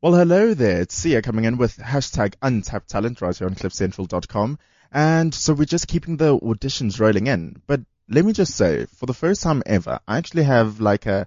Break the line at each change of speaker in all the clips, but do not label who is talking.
Well, hello there. It's Sia coming in with hashtag untapped talent right here on cliffcentral.com. And so we're just keeping the auditions rolling in. But let me just say, for the first time ever, I actually have like a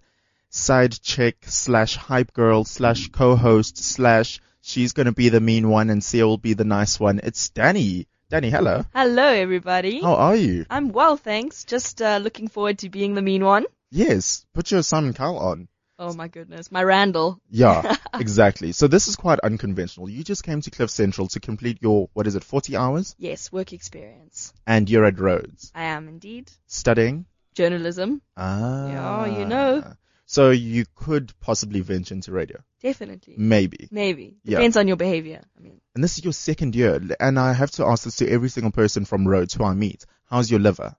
side chick slash hype girl slash co-host slash she's going to be the mean one and Sia will be the nice one. It's Danny. Danny, hello.
Hello, everybody.
How are you?
I'm well, thanks. Just uh, looking forward to being the mean one.
Yes. Put your Simon Cowell on.
Oh my goodness, my Randall.
Yeah, exactly. So this is quite unconventional. You just came to Cliff Central to complete your, what is it, 40 hours?
Yes, work experience.
And you're at Rhodes
I am indeed.
studying.
Journalism,
Ah.
Yeah, you know.
So you could possibly venture into radio.
definitely.
Maybe.
Maybe.
Yeah.
Depends on your behavior. I mean,
And this is your second year. And I have to ask this to every single person from Rhodes who I meet. How's your liver?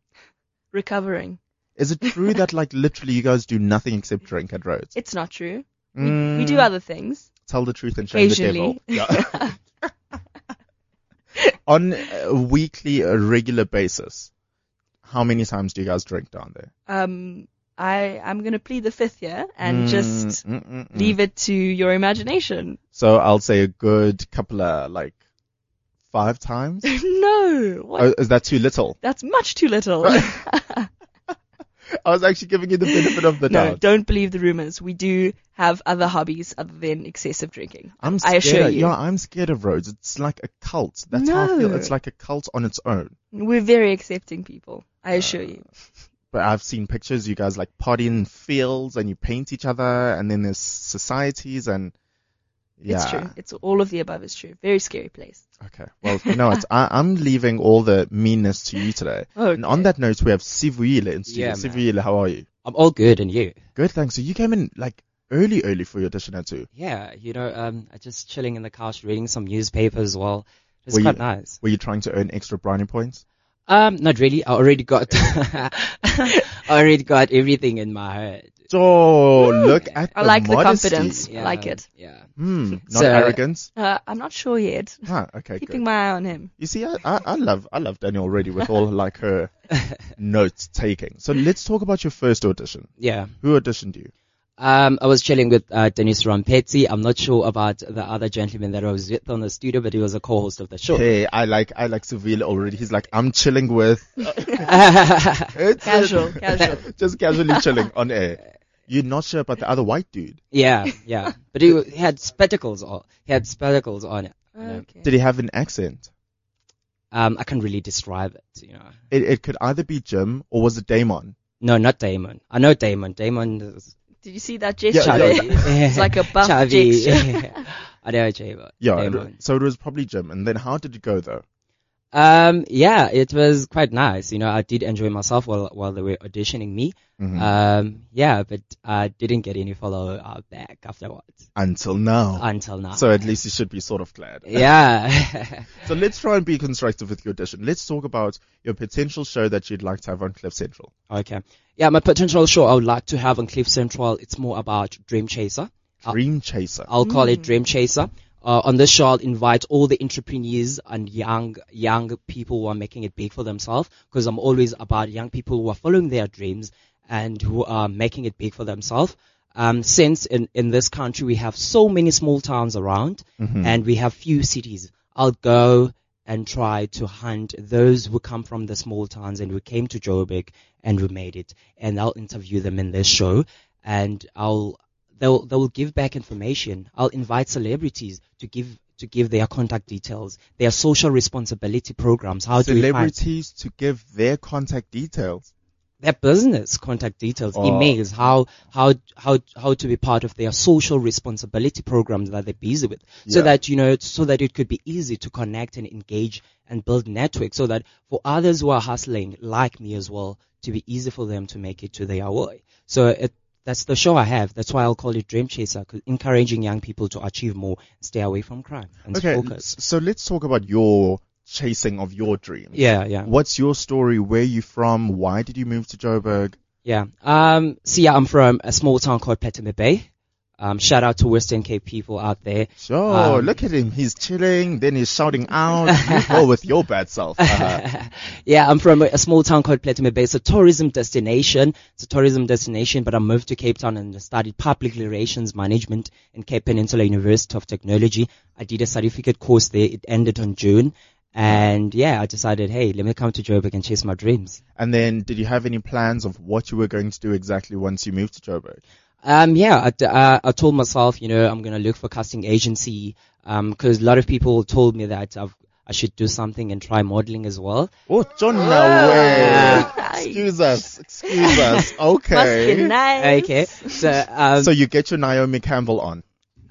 recovering.
Is it true that like literally you guys do nothing except drink at Rhodes?
It's not true. We
Mm,
do other things.
tell the truth and shame the devil.
Occasionally.
Yeah. On a weekly, a regular basis, how many times do you guys drink down there?
Um, I, I'm going to plead the fifth year and just
Mm, mm, mm, mm.
leave it to your imagination.
So I'll say a good couple of like five times.
no, what?
Oh, is that too little?
that's much too little.
I was actually giving you the benefit of the
no,
doubt.
don't believe the rumors. We do have other hobbies other than excessive drinking.
I'm
I
scared.
assure you.
Yeah, I'm scared of roads. It's like a cult. That's how I feel.
No.
It's like a cult on its own.
We're very accepting people, I assure you.
But I've seen pictures. You guys like party in fields and you paint each other, and then there's societies and yeah.
It's true. It's all of the above is true. Very scary place.
Okay. Well, you know, it's, I, I'm leaving all the meanness to you today.
Okay.
And on that note, we have Sivuile in studio.
Yeah, man.
Sivuile, how are you?
I'm all good, and you?
Good, thanks. So you came in like early, early for your audition at two.
Yeah, you know, um, I just chilling in the couch reading some newspaper as well. It's
Were you-
quite nice.
Were you trying to earn extra brownie points?
Um, not really. I already got, I already got everything in my head.
Oh, look at
I
the
like the
modesty.
confidence.
Yeah,
Like it.
Yeah.
Hmm, not
So-
arrogance.
Uh, I'm not sure yet.
Huh, Ah, okay,
Keeping
good.
my eye on him.
You see, I, I, I love I love Daniel already with all like her notes taking. So let's talk about your first audition.
Yeah.
Who auditioned you?
Um, I was chilling with uh, Dennis Rampetti. I'm not sure about the other gentleman that I was with on the studio, but he was a co-host of the show.
Hey, I like I like Seville already. He's like I'm chilling with it's
Casual, casual.
just casually chilling on air. You're not sure about the other white dude.
yeah, yeah. But he, he had spectacles on. He had spectacles on.
Okay.
Did he have an accent?
Um, I can't really describe it, you know.
It, it could either be Jim or was it Damon?
No, not Damon. I know Damon. Damon is
Did you see that
Yeah,
gesture
yeah,
there?
yeah.
It's like a buff
Chavi.
gesture.
I know Damon.
Yeah. it-
Damon.
so it was probably Jim. And then how did it go though?
Um, yeah, it was quite nice. You know, I did enjoy myself while while they were auditioning me.
Mm-hmm.
Um, yeah, but I didn't get any follow uh, back afterwards
Until now.
until now.
so at least you should be sort of glad.
Ah, yeah.
So let's try and be constructive with your audition. Let's talk about your potential show that you'd like to have on Cliff Central.
okay. Yeah, my potential show I would like to have on Cliff Central. It's more about Dream Chaser. Uh,
Dream Chaser.
I'll call it Dream Chaser. Uh, on this show, I'll invite all the entrepreneurs and young young people who are making it big for themselves. Because I'm always about young people who are following their dreams and who are making it big for themselves. Um, since in, in this country we have so many small towns around and we have few cities, I'll go and try to hunt those who come from the small towns and who came to Joburg and who made it. And I'll interview them in this show and I'll they'll they'll give back information. I'll invite celebrities to give to give their contact details, their social responsibility programs. How do we find
Celebrities to give their contact details.
their business contact details,
Oh.
emails, how how how how to be part of their social responsibility programs that they're busy with, so
Yeah.
that you know, so that it could be easy to connect and engage and build networks, so that for others who are hustling like me as well, to be easy for them to make it to their way. So it, that's the show I have. That's why I'll call it Dream Chaser, 'cause encouraging young people to achieve more, stay away from crime, and
Okay, l-
focus.
so let's talk about your chasing of your dreams.
Yeah, yeah.
What's your story? Where are you from? Why did you move to Joburg?
Yeah. Um, see, I'm from a small town called Petame Bay. Um, shout out to Western Cape people out there.
Sure,
Um,
Oh, look at him. He's chilling, then he's shouting out, you go with your bad self. Uh-huh.
Yeah, I'm from a, a small town called Platinum Bay. It's a tourism destination. It's a tourism destination, but I moved to Cape Town and studied public relations management in Cape Peninsula University of Technology. I did a certificate course there. It ended on June. And yeah, I decided, hey, let me come to Joburg and chase my dreams.
and then, did you have any plans of what you were going to do exactly once you moved to Joburg?
Um, yeah, I, d- uh, I told myself, you know, I'm gonna look for casting agency, um, cause a lot of people told me that I've, I should do something and try modeling as well.
Oh, John, no way.
Nice.
Excuse us. Excuse us. Okay.
nice.
Okay, so, um,
So you get your Naomi Campbell on.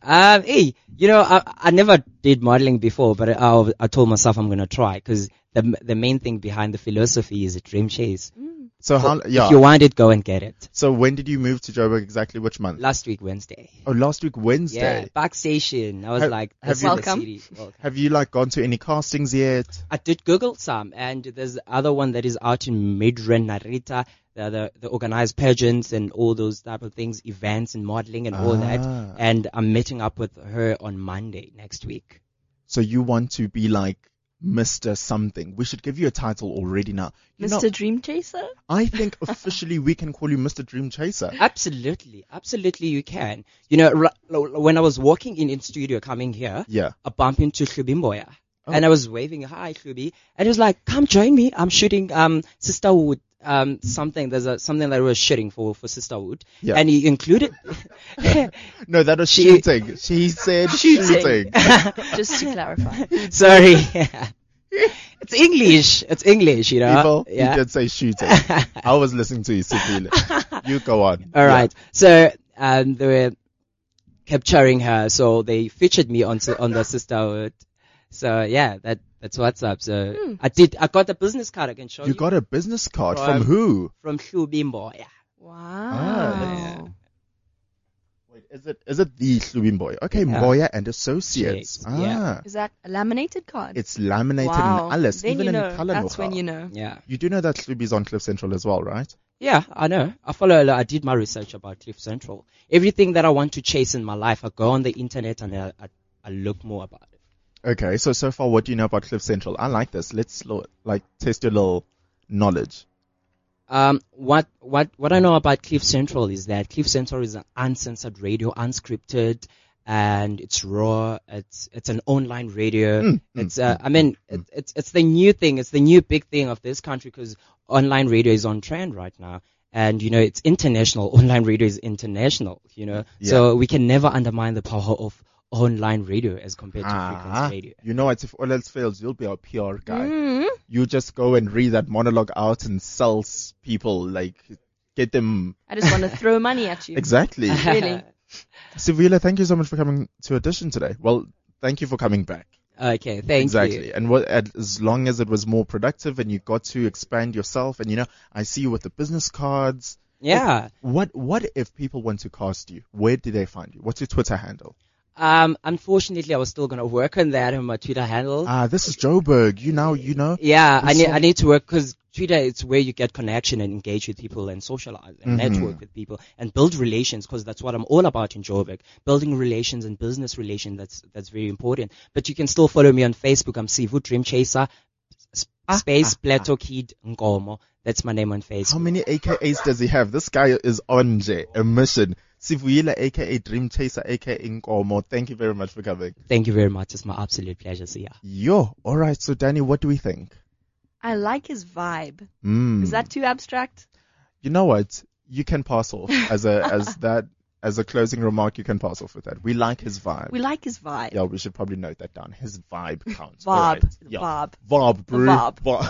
Um, hey, you know, I, I never did modeling before, but I, I told myself I'm gonna try because the the main thing behind the philosophy is a dream chase.
So how, Uh-huh, yeah.
If you want it, go and get it.
so when did you move to Joburg exactly? Which month?
Last week Wednesday.
oh, last week Wednesday.
Yeah, back station. I was
Have-
like,
have
this
you-
is the
Welcome.
city. Welcome.
Have you like gone to any castings yet?
I did Google some, and there's other one that is out in Midrand, Narita. The, the, the organized pageants and all those type of things, events and modeling and all
Ah.
that. And I'm meeting up with her on Monday next week.
So you want to be like Mr. Something. We should give you a title already now. You know,
Mr. Dream Chaser?
I think officially we can call you Mr. Dream Chaser.
Absolutely, absolutely, you can. You know, r- when I was walking in in studio coming here,
Yeah.
I bumped into Hlubi Moya,
Oh.
and I was waving hi Hlubi, and he was like, "Come join me. I'm shooting um Sisterwood." Um, something there's a something that we was shooting for for Sisterwood,
Yeah.
and he included.
No, that was
She-
shooting. She said shooting.
Just to clarify.
Sorry, it's English. It's English, you know.
People,
yeah.
he did say shooting. I was listening to you, Sipile. You go on.
All right. So um, they were capturing her, so they featured me on on the sisterhood. So yeah, that that's what's up. So I did. I got the business card. I can show
Yeah.
you,
You got a business card
Right.
from who?
from Hlubimbo. Yeah.
Ah. Wow.
Wait, is it is it the Slubin boy? Okay,
Yeah.
Moya and Associates.
Shakes, yeah.
Ah,
Is that a laminated card?
it's laminated
wow.
in Alice,
then
even
you know,
in color.
That's when you know.
Yeah.
You do know that Sluby's on Cliff Central as well, right?
Yeah, I know. I follow. a lot. I did my research about Cliff Central. Everything that I want to chase in my life, I go on the internet and I, I, I look more about it.
Okay, so so far, what do you know about Cliff Central? I like this. Let's slow, like test your little knowledge.
Um, what what what I know about Cliff Central is that Cliff Central is an uncensored radio, unscripted, and it's raw. It's it's an online radio.
Hmm,
it's uh, I mean, it, it's it's the new thing. It's the new big thing of this country because online radio is on trend right now, and you know it's international. Online radio is international. You know, so we can never undermine the power of online radio as compared to
Ah,
frequency radio.
you know what? If all else fails, you'll be our PR guy. You just go and read that monologue out and sell s- people, like get them
I just want to throw money at you.
exactly.
Really?
Sivila, thank you so much for coming to audition today. Well, thank you for coming back.
Okay, thank you.
exactly. And what, and as long as it was more productive and you got to expand yourself, and you know, I see you with the business cards.
Yeah.
What what if people want to cast you? Where do they find you? What's your Twitter handle?
Um, unfortunately, I was still gonna work on that on my Twitter handle.
Ah, this is Joburg. You now, you know.
yeah, I
it's
need
so-
I need to work because Twitter it's where you get connection and engage with people and socialize and
Mm-hmm.
network with people and build relations because that's what I'm all about in Joburg. Building relations and business relations that's that's very important. But you can still follow me on Facebook. I'm Sivu Dream Chaser s- space Plato Kid Ngomo. That's my name on
Ah, How
Facebook.
many AKAs does he have? This guy is on J, a mission. Sivuyile, aka Dream Chaser, aka Inkomo. Thank you very much for coming.
Thank you very much. It's my absolute pleasure. See ya.
Yo, alright, so Danny, what do we think?
I like his vibe.
Mm.
Is that too abstract?
you know what? You can pass off as a, as that, as a closing remark, you can pass off with that. We like his vibe.
We like his vibe.
yeah, we should probably note that down. His vibe counts.
Vibe.
Alright, Yeah.
Vibe.
Bob, bro.
Bob.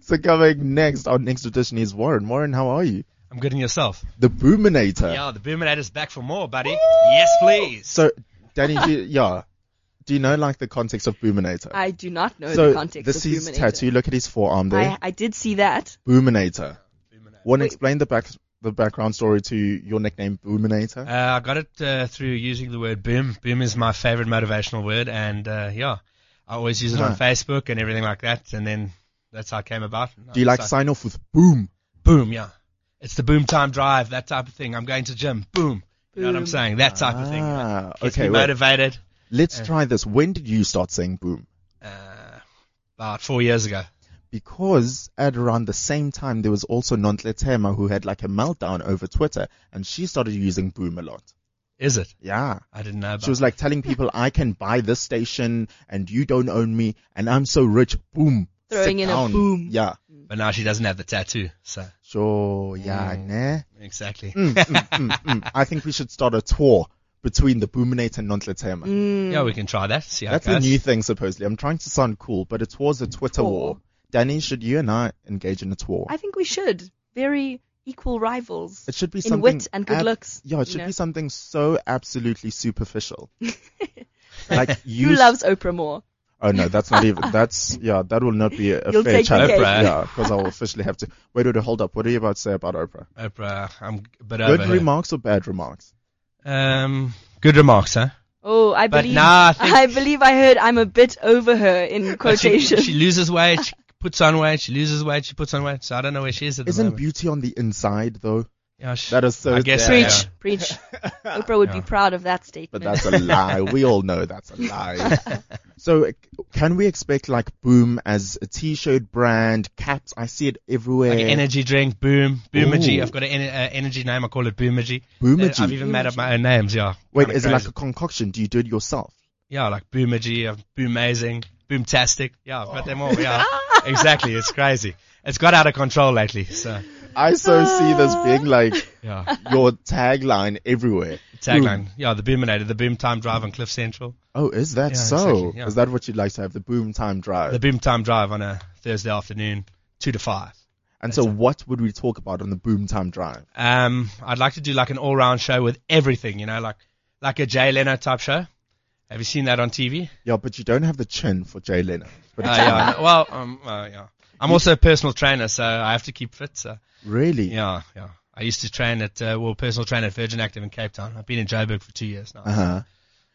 so coming next, our next audition is Warren. Warren, how are you?
I'm good in yourself.
The Boominator.
Yeah, the Boominator's back for more, buddy. Yes, please.
So, Danny, do you, yeah, do you know like the context of Boominator?
I do not know
so
the context
this
of
is
Boominator.
tattoo. Look at his forearm there.
I, I did see that.
Boominator.
Boominator.
Want to explain the back the background story to your nickname Boominator?
Uh, I got it uh, through using the word boom. Boom is my favorite motivational word, and uh, yeah, I always use it on
Huh.
Facebook and everything like that. And then that's how it came about.
do you like
So-
sign off with boom?
boom? Yeah, it's the boom time drive, that type of thing. I'm going to gym. Boom. You know what I'm
Boom.
saying? That type of thing.
Ah,
Gets
okay,
me
wait.
motivated.
Let's
Yeah.
try this. When did you start saying boom?
Uh, about four years ago.
Because at around the same time, there was also Nontle Tema who had like a meltdown over Twitter and she started using boom a lot.
Is it?
Yeah.
I didn't know about
She was like telling people, I can buy this station and you don't own me and I'm so rich. Boom.
Throwing
Sit
in a
down.
boom.
Yeah.
it. But now she doesn't have the tattoo. So,
Sure. Yeah.
Mm.
Nah.
exactly.
Mm, mm, mm, mm. I think we should start a tour between the Boominate and Nontletema.
Mm.
Yeah, we can try that. See how
That's
it
a
goes.
new thing, supposedly. I'm trying to sound cool, but a tour's a Twitter
Tour.
war. Danny, should you and I engage in a tour?
I think we should. Very equal rivals
it should be
in
something.
wit and good
ab-
looks.
Yeah, it
you
should
know.
be something so absolutely superficial. like you.
Who loves Oprah more?
oh no, that's not even. That's yeah, that will not be a
You'll
fair
take the
challenge.
cake. Oprah.
Yeah, because I will officially have to. Wait, wait, hold up. What are you about to say about Oprah?
Oprah, I'm a bit
Good
over her.
remarks or bad remarks?
Um, good remarks, huh?
Oh, I
But
believe.
nah, I think-
believe I heard I'm a bit over her in
But she-
quotation.
She, loses weight, she puts on weight, she loses weight, she puts on weight. So I don't know where she is at the
Isn't
moment.
beauty on the inside though?
yeah, she,
That is so.
I guess
damn-
yeah.
preach, preach. Oprah would be
Yeah.
proud of that statement.
But that's a lie. We all know that's a lie. so c- can we expect like Boom as a t-shirt brand, caps? I see it everywhere.
like an energy drink, boom, boomergy.
Ooh.
I've got an ener- uh, energy name. I call it boomergy.
Boomergy.
Uh, I've even made up my own names. Yeah.
Wait,
Kinda
is it like
crazy.
a concoction? Do you do it yourself?
yeah, like boomergy, uh, boomazing, boomtastic. Yeah, I've got them all. Yeah, exactly. It's crazy. It's got out of control lately. So
I so see this
Uh.
being like
yeah,
your tagline everywhere.
tagline. Yeah, the boominator, the boom time drive on Cliff Central,
Oh, is that
Yeah,
so?
exactly, yeah.
Is that what you'd like to have? The boom time drive.
the boom time drive on a Thursday afternoon, two to five.
and so what would we talk about on the boom time drive?
Um, I'd like to do like an all-round show with everything. You know, like like a Jay Leno type show. Have you seen that on TV?
Yeah, but you don't have the chin for Jay Leno. But
Ah,
Uh, yeah. Well, um, uh, yeah. I'm also a personal trainer, so I have to keep fit. So
really?
yeah, yeah. I used to train at uh, well, personal trainer at Virgin Active in Cape Town. I've been in Joburg for two years now.
Uh-huh.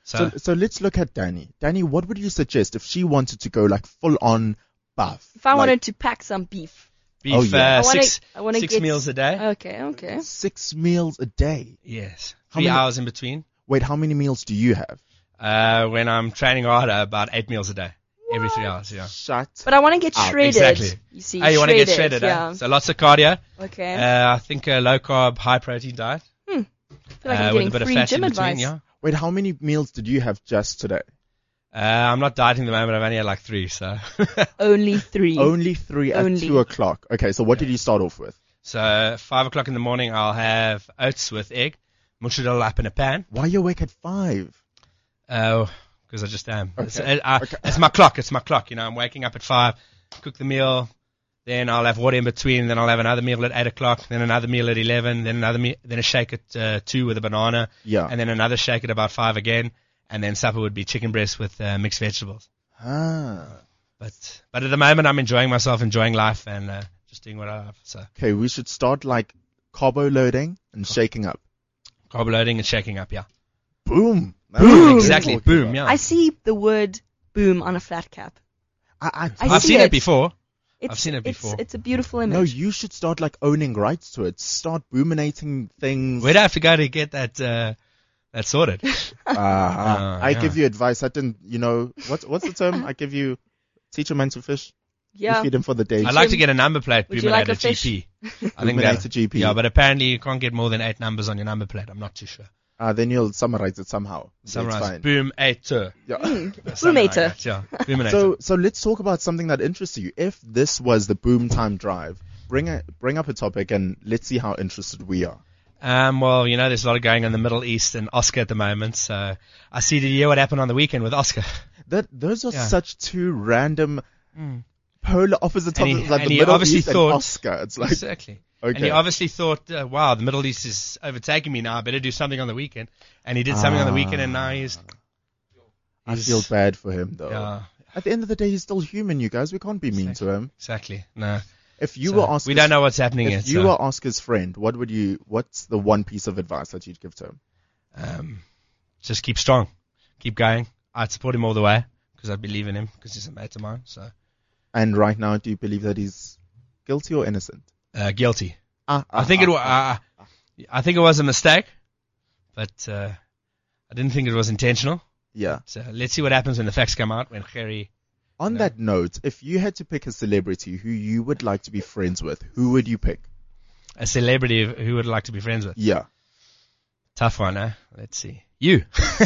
So,
So, so let's look at Danny. Danny, what would you suggest if she wanted to go like full on buff?
if I
Like,
wanted to pack some beef,
beef
Oh, yeah.
uh,
I wanna-
six
I wanna
six
get-
meals a day.
okay, okay.
six meals a day.
yes,
How
three
many-
hours in between.
Wait, how many meals do you have?
Uh, when I'm training harder, about eight meals a day, every three hours. Yeah.
Shut.
But I want to get
Out,
shredded.
exactly.
You see,
oh, you want to get shredded? eh?
Yeah.
So lots of cardio.
okay. Hmm.
Uh, I think a low carb, high protein diet.
I feel like
uh, with
I'm getting
a bit of
free
fat
gym
in between,
advice.
yeah.
Wait, how many meals did you have just today?
Uh, I'm not dieting at the moment. I've only had like three, so
Only three.
Only three at
Only.
two o'clock. Okay, so what did you start off with?
so five o'clock in the morning I'll have oats with egg, mush it all up in a pan.
Why are you awake at five?
Oh, because I just am. It's,
Okay.
uh, I-
Okay.
it's my clock. It's my clock. You know, I'm waking up at five, cook the meal, then I'll have water in between. Then I'll have another meal at eight o'clock. Then another meal at eleven. Then another meal. Then a shake at uh, two with a banana,
Yeah.
and then another shake at about five again. And then supper would be chicken breast with uh, mixed vegetables.
ah.
But but at the moment I'm enjoying myself, enjoying life, and uh, just doing what I love. So
Okay, we should start like carbo loading and shaking up.
carb loading and shaking up. Yeah.
Boom. That's
Boom.
what I'm
Exactly.
talking
Boom.
about.
Yeah.
I see the word boom on a flat cap.
I, I,
I
have
see
seen it.
it.
before.
It's,
seen it
it's-
before.
It's, a beautiful image.
no, you should start like owning rights to it. Start boominating things.
Where do I have to go to get that uh, that sorted?
Uh,
Ah,
I
yeah.
give you advice. I didn't, you know, what's what's the term? I give you, teach a man to fish. You
yeah.
feed him for the day.
I'd like to get a number plate
Would
boom
you like
at
a
a GP. I think
Illuminate
that-
the GP.
Yeah, but apparently you can't get more than eight numbers on your number plate. I'm not too sure.
uh, then you'll summarize it somehow. It's
Summarize.
fine.
Boom eight two.
Hmm.
Yeah.
Something like
Boomator.
that, Yeah. Boominator.
so so let's talk about something that interests you. If this was the boom time drive, bring a, bring up a topic and let's see how interested we are.
um, well, you know, there's a lot of going on in the Middle East and Oscar at the moment. So I see. Did you hear what happened on the weekend with Oscar?
That those are
Yeah.
such two random polar opposite
Hmm. And he-
topics, like
and
the
he
Middle
obviously
East
thought-
and Oscar. It's like
exactly. And
okay,
he obviously thought, uh, wow, the Middle East is overtaking me now. I better do something on the weekend. And he did something on the weekend, and now he's.
Ah. I feel bad for him though.
Yeah,
At the end of the day, he's still human. You guys, we can't be mean to him.
exactly. No.
If you
So, uh,
were Oscar's,
we don't know what's happening yet.
If you
so,
were Oscar's friend, what would you? What's the one piece of advice that you'd give to him?
um, just keep strong, keep going. I'd support him all the way because I believe in him because he's a mate of mine. So
And right now, do you believe that he's guilty or innocent?
uh, guilty.
Ah,
I think it was.
was.
Uh, I think it was a mistake, but uh, I didn't think it was intentional.
Yeah.
So let's see what happens when the facts come out when Harry.
On
No.
that note, if you had to pick a celebrity who you would like to be friends with, who would you pick?
a celebrity who would like to be friends with.
Yeah.
Tough one, huh? Let's see. You.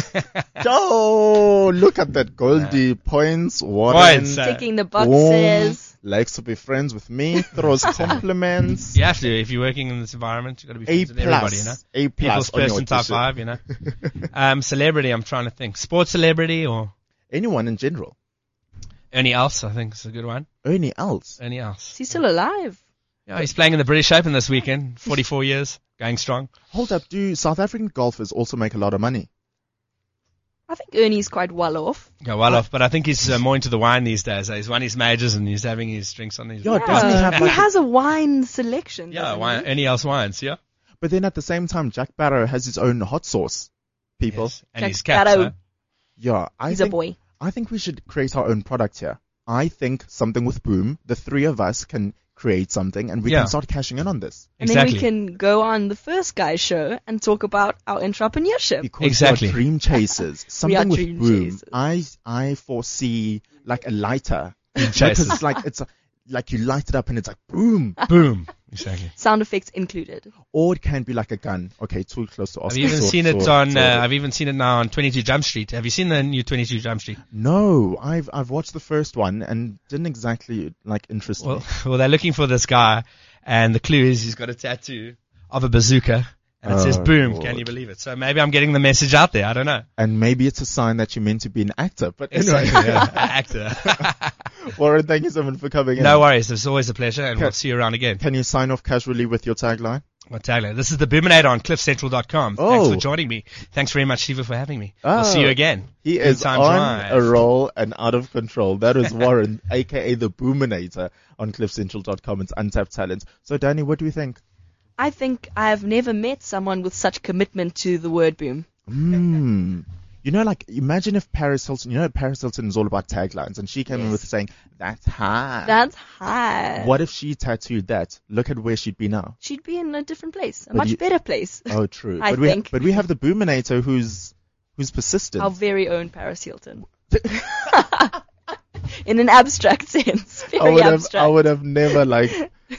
Oh, look at that Goldie points. Warren
Points, uh,
Ticking the
warm,
boxes.
likes to be friends with me, throws compliments.
you have to if you're working in this environment. You've got to be
A
friends with everybody, you know.
plus, A
People's
plus on your
person top
t-shirt.
five, you know. Um, celebrity. I'm trying to think. Sports celebrity or
Anyone in general.
Ernie Els. I think is a good one.
Ernie else.
Ernie Els.
Is he still alive?
Yeah, he's playing in the British Open this weekend. 44 years, going strong.
Hold up, do South African golfers also make a lot of money?
I think Ernie's quite well off.
Go well off, but I think he's uh, more into the wine these days. eh? He's won his majors and he's having his drinks on his.
Yeah, But doesn't he have,
he
like, a-
has a wine selection.
yeah,
doesn't
wine,
he?
Ernie Els wines. Yeah.
But then at the same time, Jack Barrow has his own hot sauce. People.
Yes. And
Jack
his caps.
Sparrow.
huh?
Yeah, I
He's
think,
a boy.
I think we should create our own product here. I think something with Boom, the three of us can create something and we
Yeah.
can start cashing in on this.
And
Exactly.
then we can go on the first guy's show and talk about our entrepreneurship.
Because we are
Exactly.
dream chasers. Something with
dream
Boom.
chasers.
I, I foresee like a lighter.
chasers.
Because it's like, it's a, like you light it up and it's like boom.
Boom. Exactly.
Sound effects included.
Or it can be like a gun. Okay, too close to
I've
Oscar.
even
so-
seen it
so-
on.
so-
Uh, I've even seen it now on 22 Jump Street. Have you seen the new 22 Jump Street?
No, I've I've watched the first one and didn't exactly like interest
Well,
me.
well, they're looking for this guy, and the clue is he's got a tattoo of a bazooka, and it says
Oh,
"Boom."
God.
Can you believe it? So maybe I'm getting the message out there. I don't know.
And maybe it's a sign that you're meant to be an actor. But anyway,
Exactly, yeah. Actor.
Warren, thank you so much for coming in.
no worries. It's always a pleasure, and we'll
Okay.
see you around again.
Can you sign off casually with your tagline?
Well, Taylor, this is the Boominator on CliffCentral.com. Thanks
Oh.
for joining me. Thanks very much, Shiva, for having me.
Oh.
We'll see you again.
He
Good
is on
times live.
a roll and out of control. That is Warren, aka the Boominator, on CliffCentral.com. It's untapped talent. So, Danny, what do you think?
I think I have never met someone with such commitment to the word boom.
Hmm. You know, like imagine if Paris Hilton. You know, Paris Hilton is all about taglines, and she came in
Yes.
with saying, "That's high."
That's high.
what if she tattooed that? Look at where she'd be now.
She'd be in a different place, a
But
much
you-
better place.
Oh, true.
I
but we
think.
but we have the Boominator who's who's persistent.
Our very own Paris Hilton. in an abstract sense. Very
I would have
abstract.
I would have never like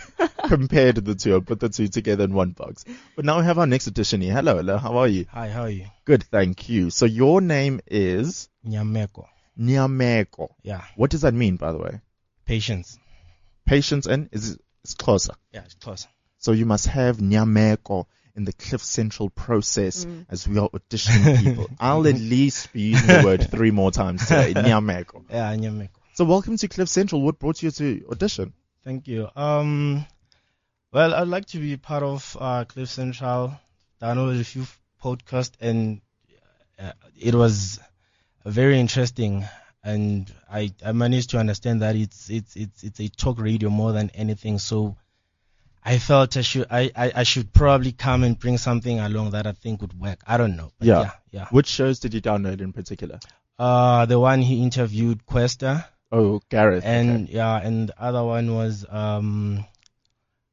compared the two or put the two together in one box. But now we have our next edition here. Hello, hello. How are you?
Hi, how are you?
Good, thank you. So your name is
Nyameko.
Nyameko.
Yeah,
What does that mean, by the way?
patience.
Patience and is it's closer.
Yeah, it's close.
So you must have Nyameko in the Cliff Central process
Mm.
as we are auditioning people. I'll at least be using the word three more times today. Nyameko.
Yeah, Nyameko.
So welcome to Cliff Central. What brought you to audition?
Thank you. Um, well, I'd like to be part of uh, Cliff Central. Downloaded a few podcasts, and uh, it was very interesting. And I, I managed to understand that it's it's it's it's a talk radio more than anything. So I felt I should I, I, I should probably come and bring something along that I think would work. I don't know. But
Yeah.
yeah, yeah.
Which shows did you download in particular?
Uh, the one he interviewed, Questa.
Oh, Gareth. okay.
and yeah, and the other one was um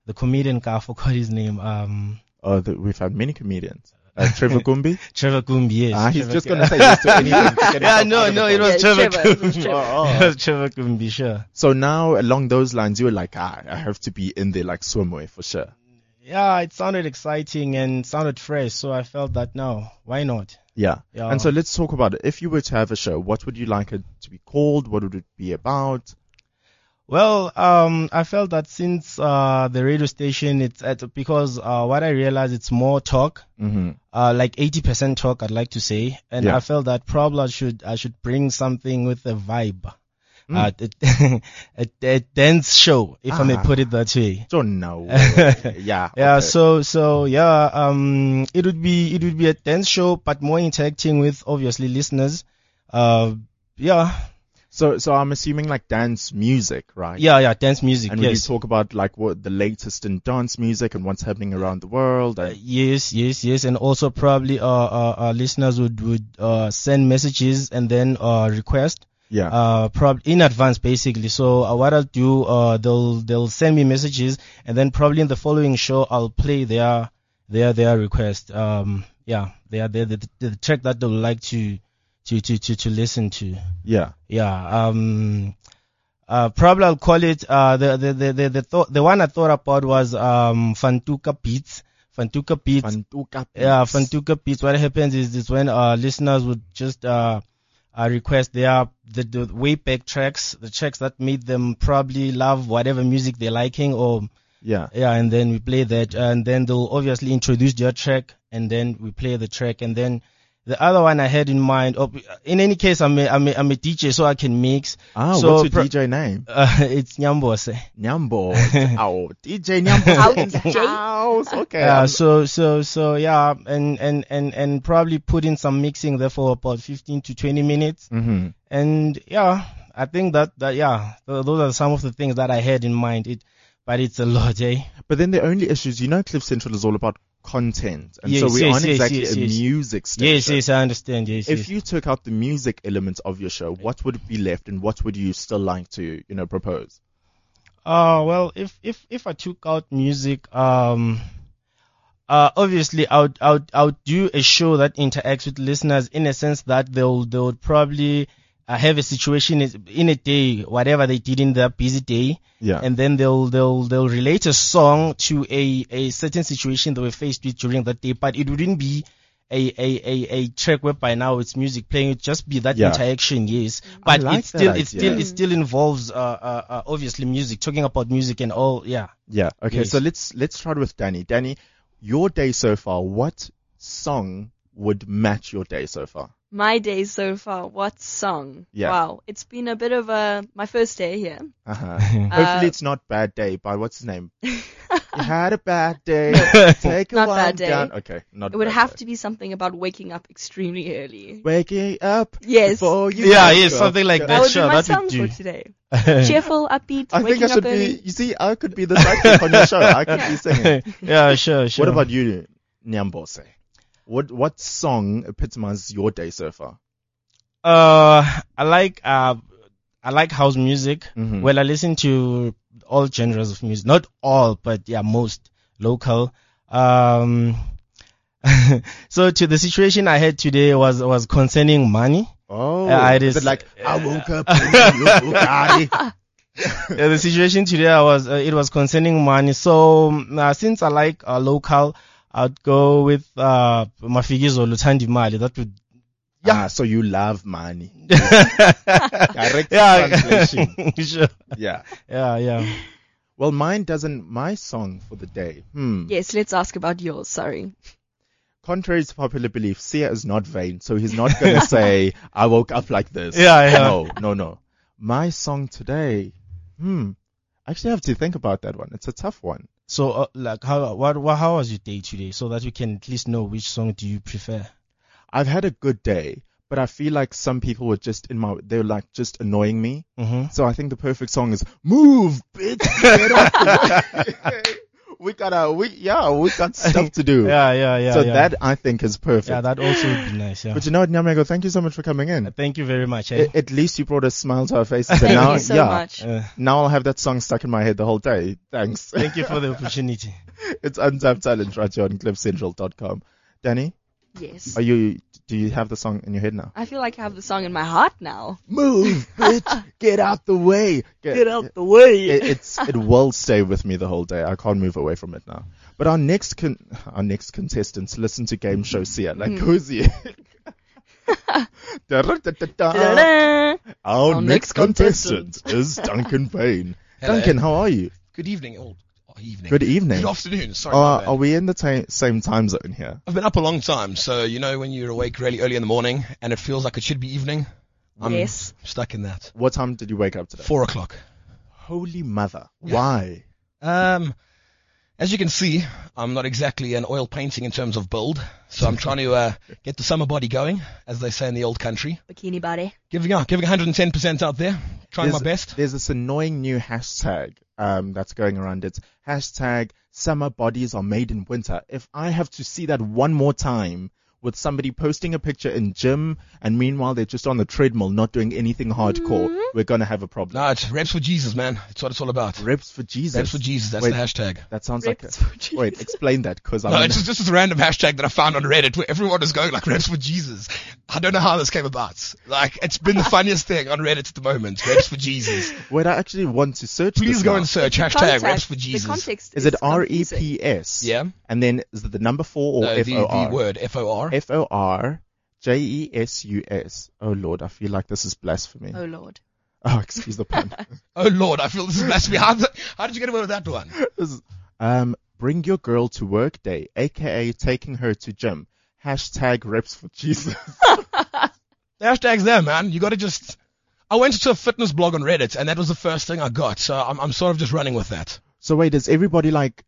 the comedian guy, I forgot his name. Um
oh, the, we've had many comedians. Uh, Trevor Gumbi.
Trevor Goombi, yes.
Ah, he's
Trevor
just
Goombi.
gonna say yes to anything. to get
Yeah,
himself out
no,
of
no,
the
it was
problem.
Yeah,
Trevor
Trevor, it was
Goombi.
Trevor.
Oh,
It
oh.
was Trevor Goombi, sure.
So now along those lines, you were like, ah, I have to be in there like swimwear for sure.
Yeah, it sounded exciting and sounded fresh, so I felt that no, why not?
Yeah.
Yeah.
And so let's talk about it. If you were to have a show, what would you like it to be called? What would it be about?
Well, um, I felt that since uh, the radio station, it's at, because uh, what I realized it's more talk,
Mm-hmm.
uh, like 80% talk, I'd like to say, and
Yeah.
I felt that probably I should I should bring something with a vibe,
Mm.
uh, a, a, a dance show, if I may
Ah.
put it that way.
Don't know. yeah.
Yeah,
okay.
so so yeah, um, it would be it would be a dance show, but more interacting with obviously listeners. Uh, yeah,
so, so I'm assuming like dance music, right?
yeah, yeah, dance music.
And we
yes.
talk about like what the latest in dance music and what's happening around the world.
Uh,
And,
yes, yes, yes, and also probably uh, uh, uh listeners would would uh, send messages and then uh, request
yeah.
uh prob- in advance basically. So uh, what I'll do uh they'll they'll send me messages and then probably in the following show I'll play their their their request. Um yeah, they are there. The, the, the track that they would like to, to, to, to, to listen to.
Yeah.
Yeah. Um, uh, probably I'll call it, uh, the, the, the, the, the, thought, the one I thought about was, um, Fantuka Beats. Fantuka Beats.
Fantuka
Yeah,
Beats.
Fantuka Beats. What happens is, is when uh, listeners would just uh, uh, request their the, the way back tracks, the tracks that made them probably love whatever music they're liking, or
Yeah.
yeah, and then we play that, and then they'll obviously introduce their track, and then we play the track, and then the other one I had in mind. Or in any case, I'm a, I'm a, I'm a DJ, so I can mix.
Ah,
So
what's your
pro-
DJ name?
Uh, it's Nyambose.
Nyambo. oh, DJ Nyambo. Uh,
How
in the
DJ?
house. Okay.
Yeah,
I'm-
so so so yeah, and and and and probably put in some mixing there for about 15 to 20 minutes,
Mhm.
and yeah, I think that that yeah, tho- those are some of the things that I had in mind. It, but it's a lot, eh?
But then the only issue is, you know, Cliff Central is all about content. And so
Yes,
we
yes,
aren't
yes,
exactly
yes,
a
yes.
music station.
Yes, yes, I understand. Yes,
If
yes.
you took out the music element of your show, what would be left and what would you still like to, you know, propose?
Uh well, if if if I took out music, um, uh, obviously I would I would I would do a show that interacts with listeners in a sense that they'll they'll probably uh, have a situation is- in a day, whatever they did in their busy day,
Yeah.
and then they'll they'll they'll relate a song to a a certain situation they were faced with during that day, but it wouldn't be. A, a, a, a track where by now it's music playing, it would just be that
Yeah.
interaction, yes.
I
But
like
it
that
still it
idea.
still it still involves uh, uh, uh, obviously music, talking about music and all. Yeah.
Yeah. Okay.
Yes.
So let's let's start with Danny. Danny, your day so far. What song would match your day so far?
My day so far. What song?
Yeah.
Wow, it's been a bit of a my first day here.
Uh-huh.
Uh,
Hopefully it's not bad day by what's his name. you had a bad day. Take a
Not
while
bad day.
down. Okay. Not
It would
bad
have
day.
to be something about waking up extremely early.
waking up
Yes, that
before you.
yeah,
wake
yes,
up.
something like
would
that.
be
Sure,
my
that
song
would
for
do.
today. Cheerful, upbeat,
I
waking
think I should
up
be.
early.
You see, I could be the sidekick on your show. I could be singing.
yeah, sure, sure.
What about you, Nyambose? What what song epitomizes your day so far?
Uh, I like uh, I like house music.
Mhm.
Well, I listen to all genres of music, not all, but yeah, most local. Um, so to the situation I had today was was concerning money.
Oh,
Uh, I
is it
just-
like I woke up. in your body?
Yeah, uh, the situation today I was uh, it was concerning money. So mm, uh, since I like uh, local, I'd go with uh, Mafigizo Lutandi Mali. That would Ah,
Yeah. so you love money. Direct
yeah,
translation.
sure.
Yeah.
yeah, yeah.
Well, mine doesn't. My song for the day. Hmm.
Yes, let's ask about yours. Sorry.
Contrary to popular belief, Sia is not vain, so he's not gonna say I woke up like this.
Yeah, yeah.
No, no, no. My song today. Hmm. I Actually, have to think about that one. It's a tough one.
So uh, like how what, what how was your day today so that we can at least know which song do you prefer?
I've had a good day, but I feel like some people were just in my. They were like just annoying me.
Mm-hmm.
So I think the perfect song is "Move, bitch, get off the way." We got to we yeah, we got stuff to do.
Yeah, yeah, yeah.
so
yeah.
that I think is perfect.
yeah, that also would be nice. Yeah.
but you know what, Nyamego, thank you so much for coming in.
Thank you very much. Eh?
A- at least you brought a smile to our faces. and
Thank
now,
you so
yeah,
much.
Uh,
now I'll have that song stuck in my head the whole day. Thanks.
thank you for the opportunity.
it's untapped talent right here on cliffcentral.com. Danny,
Yes.
are you? Do you have the song in your head now?
I feel like I have the song in my heart now.
Move, bitch, get out the way.
Get out the way.
it, it's it will stay with me the whole day. I can't move away from it now. But our next con- our next contestants listen to game show Sia.
Hmm.
Like who's he? Da-da-da-da-da.
Da-da-da. Our
Our, next
next
contestant is Duncan Payne.
Hello.
Duncan, how are you?
Good evening. Oh, evening.
Good evening.
Good afternoon. Sorry. my
Uh,
bad.
are we in the ta same time zone here?
I've been up a long time, so you know when you're awake really early in the morning and it feels like it should be evening. I'm
Yes.
stuck in that.
What time did you wake up today?
Four o'clock.
Holy mother! Why?
Um, as you can see, I'm not exactly an oil painting in terms of build, so I'm trying to uh, get the summer body going, as they say in the old country.
Bikini body.
Giving uh, giving 110% out there, trying
there's,
my best.
There's this annoying new hashtag um, that's going around. It's hashtag summer bodies are made in winter. If I have to see that one more time with somebody posting a picture in gym and meanwhile they're just on the treadmill not doing anything hardcore,
Mm-hmm.
we're going to have a problem.
No, it's reps for Jesus, man. That's what it's all about.
Reps for Jesus.
Reps for Jesus. That's
Wait.
the hashtag.
That sounds
Reps
like a,
for Jesus.
Wait, explain that because I'm
No,
gonna-
it's just, this is a random hashtag that I found on Reddit where everyone is going like reps for Jesus. I don't know how this came about. Like it's been the funniest thing on Reddit at the moment. Reps for Jesus.
Wait, I actually want to search
Please
this
go
now.
and search
The
hashtag
context-
reps for
The
Jesus.
context
Is it R E
confusing.
P S?
Yeah.
And then is it the number four or
No, the,
F O
the
R?
word F O R.
F O R J E S U S. Oh lord, I feel like this is blasphemy.
Oh lord.
Oh, excuse the pun.
Oh Lord, I feel this is blasphemy. How, the, how did you get away with that one?
This is- um, bring your girl to work day, aka taking her to gym. Hashtag reps for Jesus.
The hashtag's there, man. You got to just. I went to a fitness blog on Reddit, and that was the first thing I got. So I'm, I'm sort of just running with that.
so wait, is everybody like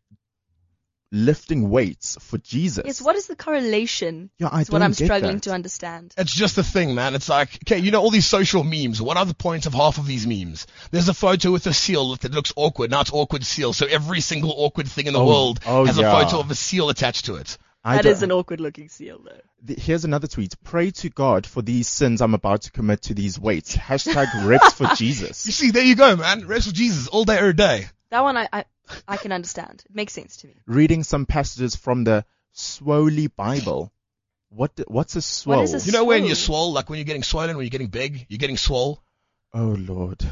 lifting weights for Jesus?
Yes, what is the correlation?
Yeah, I
It's what
don't
I'm
get
struggling
that.
to understand.
It's just the thing, man. It's like, okay, you know all these social memes. What are the points of half of these memes? There's a photo with a seal that looks awkward. Now it's awkward seal. So every single awkward thing in the
Oh,
world
oh,
has
yeah.
a photo of a seal attached to it.
I
That
don't-
is an awkward looking seal though.
th- here's another tweet. Pray to God for these sins I'm about to commit to these weights. Hashtag reps for
You
Jesus.
see, there you go, man. Rest with Jesus all day, every day.
That one I, I I can understand. It makes sense to me.
Reading some passages from the Swoley Bible. What d- what's a swole?
What is a
You know when
Swole.
you're swole, like when you're getting swollen, when you're getting big, you're getting swole.
oh lord.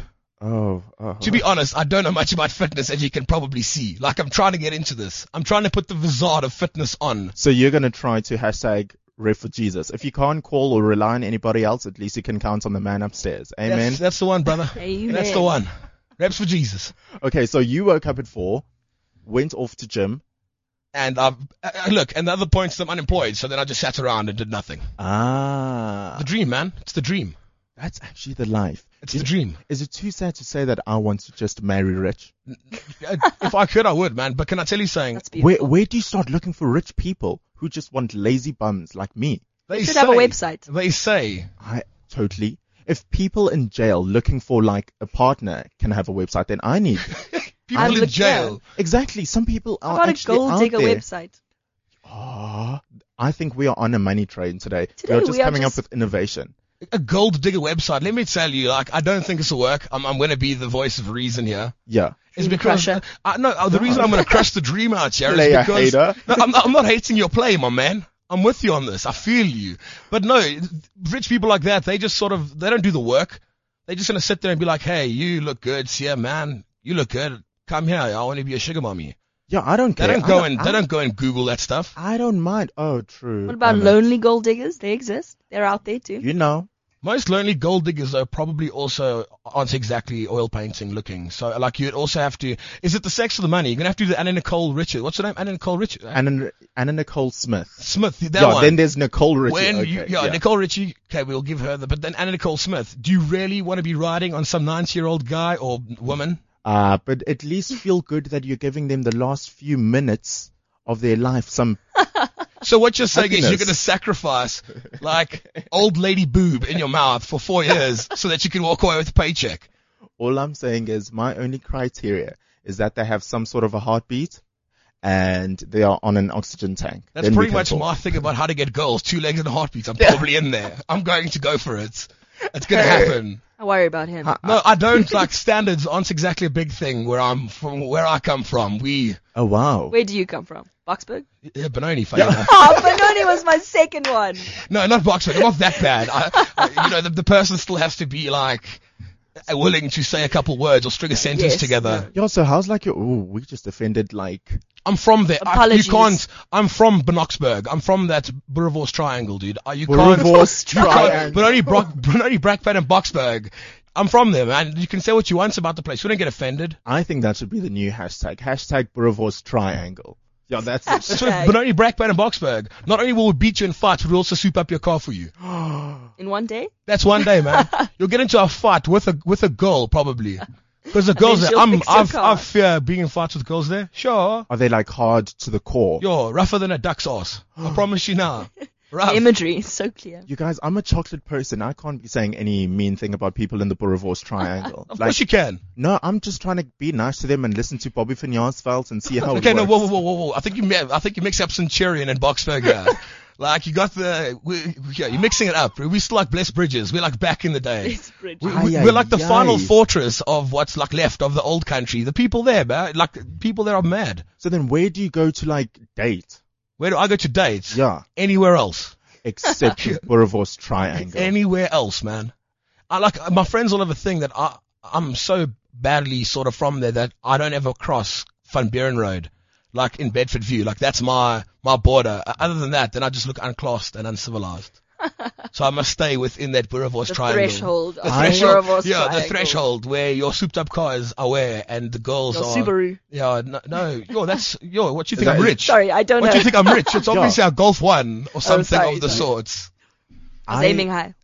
Oh, oh.
To be honest, I don't know much about fitness, as you can probably see. Like I'm trying to get into this. I'm trying to put the facade of fitness on.
So you're gonna try to hashtag ref for Jesus. If you can't call or rely on anybody else, at least you can count on the man upstairs. Amen.
That's, that's the one, brother.
Amen.
That's the one. Reps for Jesus.
Okay, so you woke up at four, went off to gym.
And I've, uh, uh, look, and the other points, I'm unemployed, so then I just sat around and did nothing.
Ah,
The dream, man. It's the dream.
that's actually the life.
It's
You
the
know,
dream.
Is it too sad to say that I want to just marry rich?
Uh, if I could, I would, man. But can I tell you something?
That's
Where
beautiful.
where do you start looking for rich people who just want lazy bums like me?
They
should have a website.
They say
I totally. If people in jail looking for like a partner can have a website, then I need.
people
I'm
in
look-
jail.
exactly. Some people
How
are
about a
Oh, actually
gold
out
digger
there.
website?
Ah, I think we are on a money train today.
Today
we are just
we are
coming
just-
up with innovation.
A gold digger website. Let me tell you, like, I don't think this will work. I'm, I'm going to be the voice of reason here.
Yeah.
Is
Dream
because
crusher.
I, no, uh, the reason I'm going to crush the dream out here is
Player
because
hater.
no, I'm, I'm not hating your play, my man. I'm with you on this. I feel you. But no, rich people like that, they just sort of they don't do the work. They're just going to sit there and be like, "Hey, you look good, yeah, man. You look good. Come here. I want to be a sugar mommy."
Yeah, I don't
They
care.
don't
I
go and they
I-
don't go and Google that stuff.
I don't mind. Oh, true.
What about
Oh, no.
lonely gold diggers? They exist. They're out there too.
You know.
Most lonely gold diggers though probably also aren't exactly oil painting looking. So like you'd also have to. Is it the sex or the money? You're gonna have to do the Anna Nicole Richard. What's her name? Anna Nicole Richard.
Anna, Anna Nicole Smith.
Smith. That
yeah,
one.
then there's Nicole Richie.
when
okay,
you, yeah, Nicole Richie, okay, we'll give her the, but then Anna Nicole Smith, do you really want to be riding on some 90 year old guy or woman?
Ah, but at least feel good that you're giving them the last few minutes of their life some
So what you're saying is you're
Happiness.
going to sacrifice like old lady boob in your mouth for four years so that you can walk away with a paycheck.
All I'm saying is my only criteria is that they have some sort of a heartbeat and they are on an oxygen tank.
That's
Then we
pretty
can
much
talk.
my thing about how to get girls, two legs and a heartbeat. I'm probably in there. I'm going to go for it. It's going to happen.
I worry about him.
Ha-
No, I don't like standards aren't exactly a big thing where I'm from, where I come from. We,
Oh wow.
Where do you come from? Boxburg?
yeah, Benoni favour.
Oh, Benoni was my second one.
No, not Boxford. I'm not that bad. I, I, you know, the, the person still has to be like willing to say a couple words or string a sentence
Yes,
together.
Yeah, so how's like your, ooh, we just offended like,
I'm from there. I-
Apologies.
you can't. I'm from Benoxburg. I'm from that Boulevard's Triangle, dude. Uh, you
Boulevard's
can't. you can't-
Triangle.
But only Brock, but only Brackpan and Boxburg. I'm from there, man. You can say what you want about the place. You don't get offended.
I think that should be the new hashtag. Hashtag Boulevard's Triangle. Yeah, that's it.
That's what,
Okay.
but only Brackpan and Boxburg. Not only will we beat you in fights, we'll also soup up your car for you.
In one day?
That's one day, man. You'll get into a fight with a with a girl probably, because the girls there.
she'll
I'm
fix your
I've,
car.
I fear being in fights with girls there. Sure,
Are they like hard to the core?
you're rougher than a duck's ass. I promise you now. Rough.
Imagery is so clear.
You guys, I'm a chocolate person. I can't be saying any mean thing about people in the Boulevard's Triangle.
of
like,
course you can.
no, I'm just trying to be nice to them and listen to Bobby Finneansfeld and see how it
Okay, no,
works.
whoa, whoa, whoa, whoa, whoa. I think you mi- I think you mix up Centurion and Boxburg. there. Like you got the, we, we- yeah, you're mixing it up. We're still like Blessed Bridges. We're like back in the day.
It's bridge.
We,
Aye,
we,
aye,
we're like the
aye.
final fortress of what's like left of the old country. The people there, man, like people there are mad.
So then where do you go to like date?
Where do I go to dates?
Yeah.
Anywhere else?
Except Boulevard's Triangle.
Anywhere else, man. I like my friends all have a thing that I I'm so badly sort of from there that I don't ever cross Van Buren Road, like in Bedford View. Like that's my my border. Uh, Other than that, then I just look unclassed and uncivilized. so I must stay within that Boulevard's
the
triangle.
threshold of
The
Borough
threshold,
Wars
yeah, the
Triangle.
threshold where your souped up cars are where and the girls
Your
are.
Subaru.
Yeah, no, no, yo, that's yo. What you think?
that-
I'm rich.
Sorry, I don't
What
know.
you think? I'm rich. It's obviously our Golf One or something
Oh, sorry,
of the
sorry.
sorts.
I was aiming high.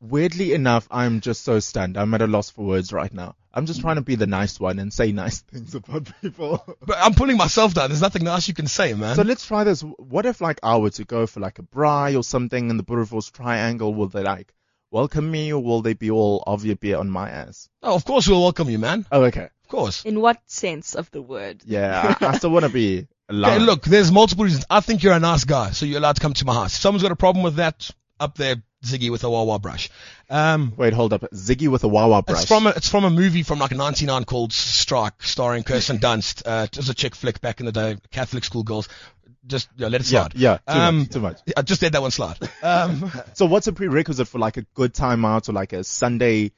Weirdly enough, I'm just so stunned. I'm at a loss for words right now. I'm just trying to be the nice one and say nice things about people.
But I'm pulling myself down. There's nothing else you can say, man.
so let's try this. What if like I were to go for like a braai or something in the Boulevard's Triangle? Will they like welcome me or will they be all of your beer on my ass?
oh, of course we'll welcome you, man.
Oh, okay.
Of course.
In what sense of the word?
Yeah, I, I still want to be
Okay,
alive.
look, there's multiple reasons. I think you're a nice guy, so you're allowed to come to my house. If someone's got a problem with that, up there, Ziggy with a Wawa brush. Um,
Wait, hold up. Ziggy with a Wawa brush.
It's from a, it's from a movie from like 99 called Strike, starring Kirsten Dunst. Uh, it was a chick flick back in the day. Catholic schoolgirls. Just you know, let it
yeah,
slide.
yeah. Too
Um,
much. Too much.
I just let that one slide. Um,
So what's a prerequisite for like a good time out or like a Sunday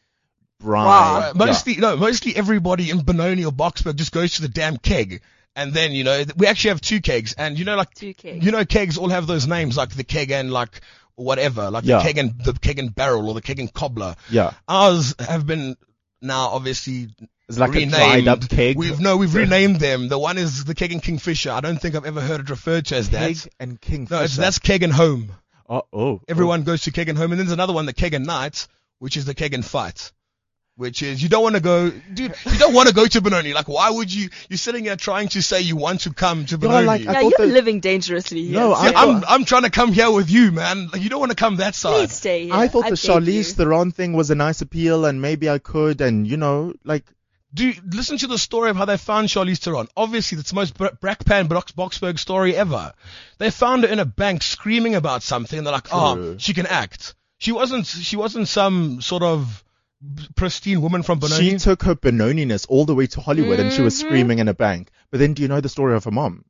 braai?
Wow.
uh, mostly no, mostly everybody in Benoni or Boxburg just goes to the damn keg, and then you know th- we actually have two kegs, and you know like
Two kegs.
you know kegs all have those names like the keg and like whatever, like
Yeah.
the keg and the keg and barrel or the keg and cobbler.
Yeah.
Ours have been now obviously
It's like
renamed.
a dried up keg.
We've no, we've renamed them. The one is the keg and kingfisher. I don't think I've ever heard it referred to as that.
keg and king.
no, it's, that's keg and home.
oh, oh.
Everyone goes to keg and home, and then there's another one, the keg and night, which is the keg and fight. Which is you don't want to go, dude. You don't want to go to Benoni. Like, why would you? You're sitting here trying to say you want to come to Benoni.
like, I
Yeah,
thought
you're
that-
living dangerously here.
No,
so
I-
Yeah, I'm I'm trying to come here with you, man. Like, you don't want to come that side.
please stay here.
I thought
I
the
beg you.
Charlize Theron thing was a nice appeal, and maybe I could, and you know, like
Dude, listen to the story of how they found Charlize Theron. Obviously, it's the most Bra- Brackpan Box- Boxberg story ever. They found her in a bank screaming about something, and they're like, "Oh,
True.
she can act. She wasn't. She wasn't some sort of pristine woman from Benoni."
she took her Benoniness all the way to Hollywood, and she was
Mm-hmm.
screaming in a bank. But then, do you know the story of her mom?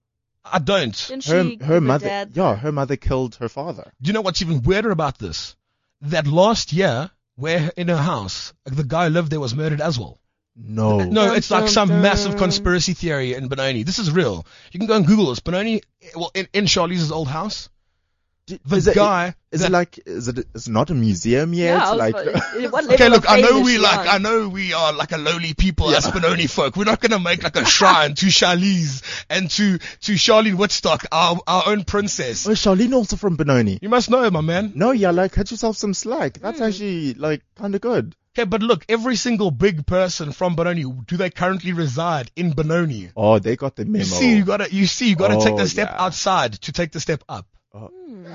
I don't.
Didn't
Her
she give
her mother,
dad
yeah, her mother killed her father.
Do you know what's even weirder about this? That last year, where in her house, the guy lived there was murdered as well.
No,
No, it's like
dun,
some
dun.
massive conspiracy theory in Benoni. This is real. You can go and Google this. Benoni, well, in, in Charlize's old house,
D-
the
is it-
guy.
Is
that-
it like is it? It's not a museum yet.
Yeah, I was
like
about- what
Okay,
level
look,
of
I
fame
know
is
we
she
like,
on?
I know we are like a lowly people as Benoni folk. We're not gonna make like a shrine to Charlize and to, to Charlene Woodstock, our, our own princess.
oh, Charlene also from Benoni.
You must know, my man. Hmm.
No, yeah, like cut yourself some slack. That's actually like kind of good.
Okay, but look, every single big person from Benoni, do they currently reside in Benoni?
Oh, they got the memo.
You see, you gotta, you see, you gotta take
Oh,
the step
yeah. Oh.
outside to take the step up.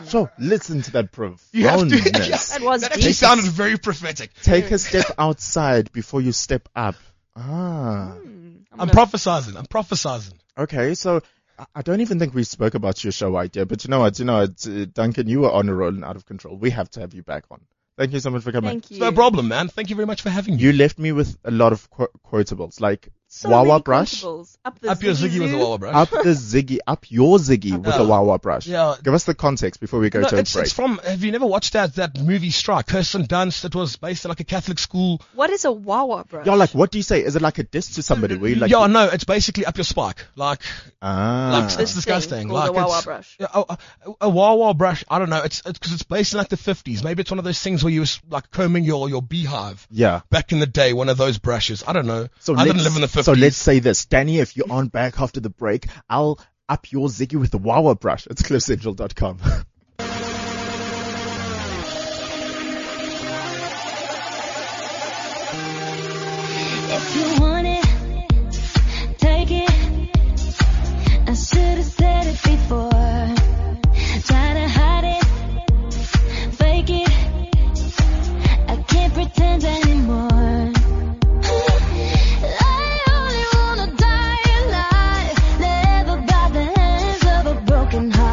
so listen to that profoundness.
You have to-
Hmm. That was
That
deep.
actually sounded very prophetic.
Take
Mm.
a step outside before you step up. Ah.
Hmm.
I'm prophesizing. I'm prophesizing.
Okay, so I- I don't even think we spoke about your show idea, but you know what? You know what? uh, Duncan, you were on a roll and out of control. We have to have you back on. Thank you so much for coming.
Thank you.
It's no problem, man. Thank you very much for having me.
You left me with a lot of qu- quotables, like
So
Wawa
many
brush,
principles. Up, the
Up your ziggy with a
Zoo.
wawa brush.
up the Ziggy, up your Ziggy with a
Yeah.
Wawa brush.
Yeah.
Give us the context before we go
No,
to a
it's,
break.
it's from. Have you never watched that that movie Strike? Kirsten Dunst. It was based on like a Catholic school.
What is a Wawa brush?
yeah, like what do you say? Is it like a diss to somebody? Where you like,
yeah, no, it's basically up your spike. Like,
ah,
like it's,
This
disgusting.
thing called
like
a Wawa
it's,
brush.
Yeah, a, a, a wawa brush. I don't know. It's because it's, based on like the fifties. Maybe it's one of those things where you was like combing your your beehive
yeah.
back in the day. One of those brushes. I don't know.
So
I
let's,
didn't live in the fifties.
So let's say this, Danny, if you aren't back after the break, I'll up your Ziggy with the Wawa brush. It's cliffcentral.com.
If you want it, take it. I should have said it before. Try to hide it, fake it. I can't pretend anymore. I only wanna die alive, live by the hands of a broken heart.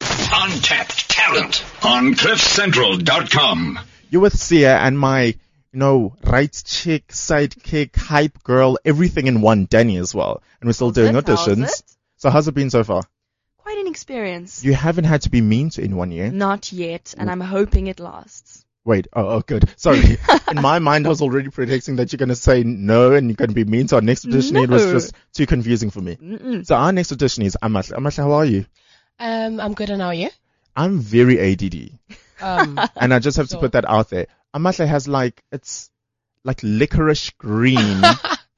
Untapped talent on CliffCentral.com.
You're with Sia and my, you know, right chick, sidekick, hype girl, everything in one, Danny as well. And we're still doing
That's how is
auditions.
it?
So how's it been so far?
Quite an experience.
You haven't had to be mean to anyone yet.
Not yet, and I'm hoping it lasts.
Wait, oh, oh, good. Sorry. in my mind, I was already predicting that you're going to say no and you're going to be mean to our next audition. It was
No.
just too confusing for me.
Mm-mm.
So our next audition is Amasla. Amasla, how are you?
Um, I'm good, and how are you?
I'm very ADD.
Um,
And I just have to
So-
put that out there. Amasla has like, it's like licorice green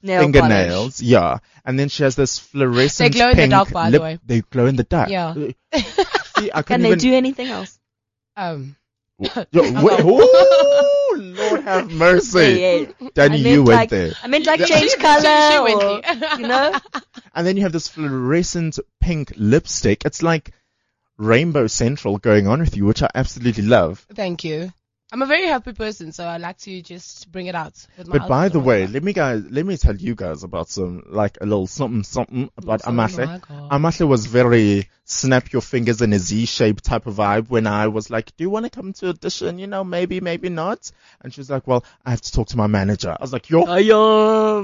Nail
fingernails. Yeah. And then she has this fluorescent
glow in the
pink
dark, by the
lip-
way.
They glow in the dark.
Yeah.
Uh, See,
Can
I couldn't
they
even...
do anything else?
um,
Yo, wait, oh, Lord have mercy.
Yeah, yeah.
Danny,
I
you
meant
went
like-
there.
I meant like
Yeah.
change
she
color,
went
or,
there.
you know.
And then you have this fluorescent pink lipstick. It's like Rainbow Central going on with you, which I absolutely love.
Thank you. I'm a very happy person, so I like to just bring it out. With my
But by
outfits
the
and
way,
whatnot.
let me guys, let me tell you guys about some, like a little something, something about
Oh
Amatle.
my God.
Amatle was very snap your fingers in a Z shape type of vibe when I was like, do you want to come to audition? You know, maybe, maybe not. And she was like, well, I have to talk to my manager. I was like, yo,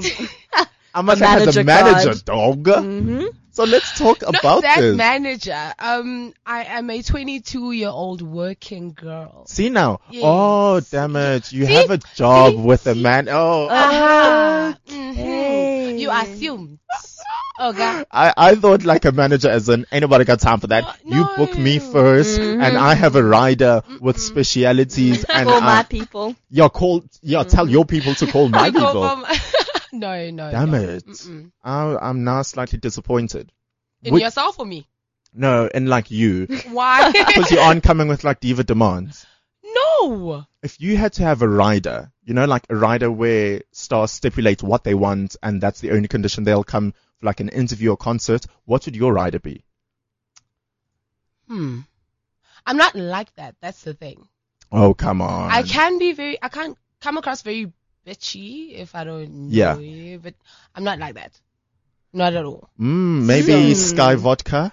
Amatle has
manager
a manager,
card.
dog.
hmm
So let's talk
No,
about
that
this.
manager. Um, I am a 22 year old working girl.
See now.
Yes.
Oh, damn it. You
See?
have a job
See?
with a
See?
man. Oh,
Ah,
Okay.
mhm. You assumed. Oh God.
I, I thought like a manager as in anybody got time for that.
No,
You book me
no.
1st and I have a rider with
Mm-mm.
specialities and
All my
I,
people.
you're called, yeah, tell your people to call my
I go
people.
from- no, no.
Damn
no.
it.
Mm-mm.
I, I'm now slightly disappointed.
In
Would-
yourself or me?
No, and like you,
Why?
because you aren't coming with like diva demands.
no.
If you had to have a rider, you know, like a rider where stars stipulate what they want and that's the only condition they'll come for like an interview or concert, what would your rider be?
Hmm. I'm not like that. That's the thing.
Oh, come on.
I can be very. I can't come across very bitchy if I don't know
Yeah.
you, but I'm not like that. Not at all.
Mm,
Hmm.
maybe Sky Vodka.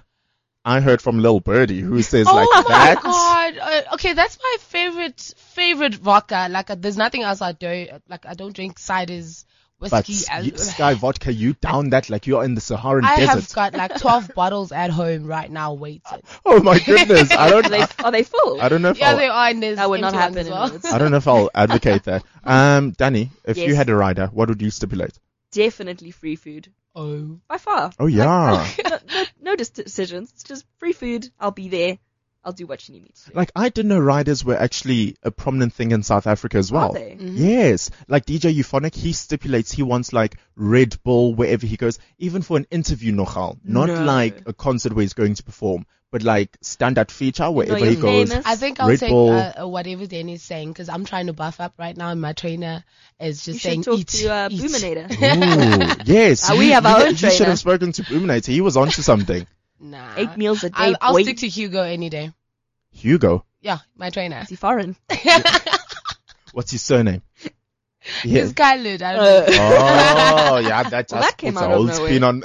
I heard from Lil Birdie who says
oh
like
my
that.
god! Uh, okay, that's my favorite favorite vodka. Like, uh, there's nothing else I do. Like, I don't drink ciders,
But
whiskey.
s-
and-
you- Sky Vodka, you down that like you are in the Saharan
I
desert.
have got like 12 bottles at home right now waiting.
oh my goodness. I
Are
don't,
they,
I,
are they full?
I don't know if
Yeah,
I'll,
they are. And there's
That would not
empty ones
happen
as
in
well.
Woods.
I don't know if I'll advocate that. Um, Danny, if you
Yes.
had a rider, what would you stipulate?
Definitely free food.
Oh,
By far.
Oh yeah.
No dis- decisions. It's just free food. I'll be there. I'll do what you need me to do.
like I didn't know riders were actually a prominent thing in South Africa as well.
Are they? Mm-hmm.
Yes, like DJ Euphonic, he stipulates he wants like Red Bull wherever he goes, even for an interview nogal, not
No.
like a concert where he's going to perform, but like standard feature wherever
you're
he goes.
famous.
I think I'll
Red
take
Bull.
uh, uh, whatever Danny's saying because I'm trying to buff up right now, and my trainer is just saying
You should talk
eat,
to uh,
eat.
Boominator.
Ooh, yes,
Uh,
you-
we have
you-
our own
you should
trainer.
have spoken to Boominator. He was onto something.
Nah.
Eight meals a day.
I'll, I'll
boy.
stick to Hugo any day.
Hugo,
Yeah, my trainer.
Is he foreign?
what's his surname?
He's
Yes.
Khalid. I don't know.
Uh,
oh yeah, that just
Well, that came
puts a
out of
whole
nowhere.
spin on.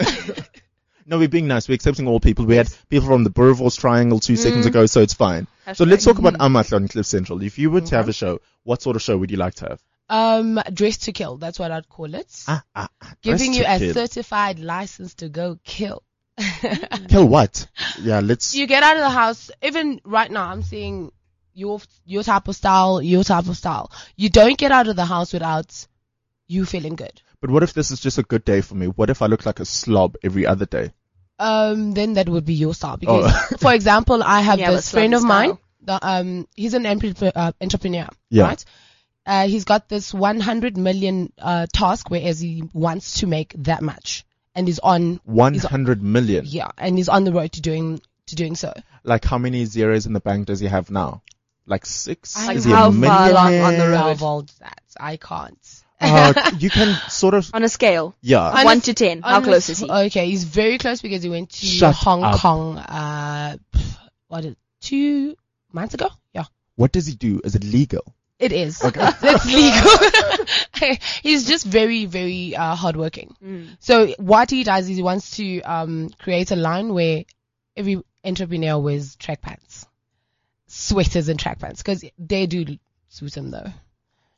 no, we're being nice. We're accepting all people. We had people from the Burvos Triangle two seconds ago, so it's fine. So
Mm. Hashtag.
let's talk about Amatla on Cliff Central. If you were to have a show, what sort of show would you like to have?
Um, dress to kill. That's what I'd call it.
Ah, ah, ah,
Giving
dress
you
to
a
kill.
certified license to go kill.
Kill what? Yeah, let's.
you get out of the house. Even right now, I'm seeing your your type of style, your type of style. You don't get out of the house without you feeling good.
But what if this is just a good day for me? What if I look like a slob every other day?
Um, then that would be your style. Because,
Oh.
for example, I have
Yeah, but
this friend of
slutty
mine.
style.
That, um, he's an entrepre- uh, entrepreneur,
Yeah.
right? Uh, he's got this 100 million uh, task, whereas he wants to make that much, and he's on
One hundred million.
yeah, and he's on the road to doing to doing so.
Like how many zeros in the bank does he have now? Like six?
Like
is he
how
a
far along on the
millionaire?
road?
How bold is that? I can't.
Uh, you can sort of.
On a scale,
Yeah.
On
one
a-
to ten, how
Honest-
close is he?
Okay, he's very close because he went to
Shut
Hong
up.
Kong. Uh, pff, what is, two months ago? Yeah,
What does he do? Is it legal?
it is. That's legal. he's just very, very uh, hardworking.
Mm.
So what he does is he wants to um, create a line where every entrepreneur wears track pants. sweaters and track pants because they do suit him though.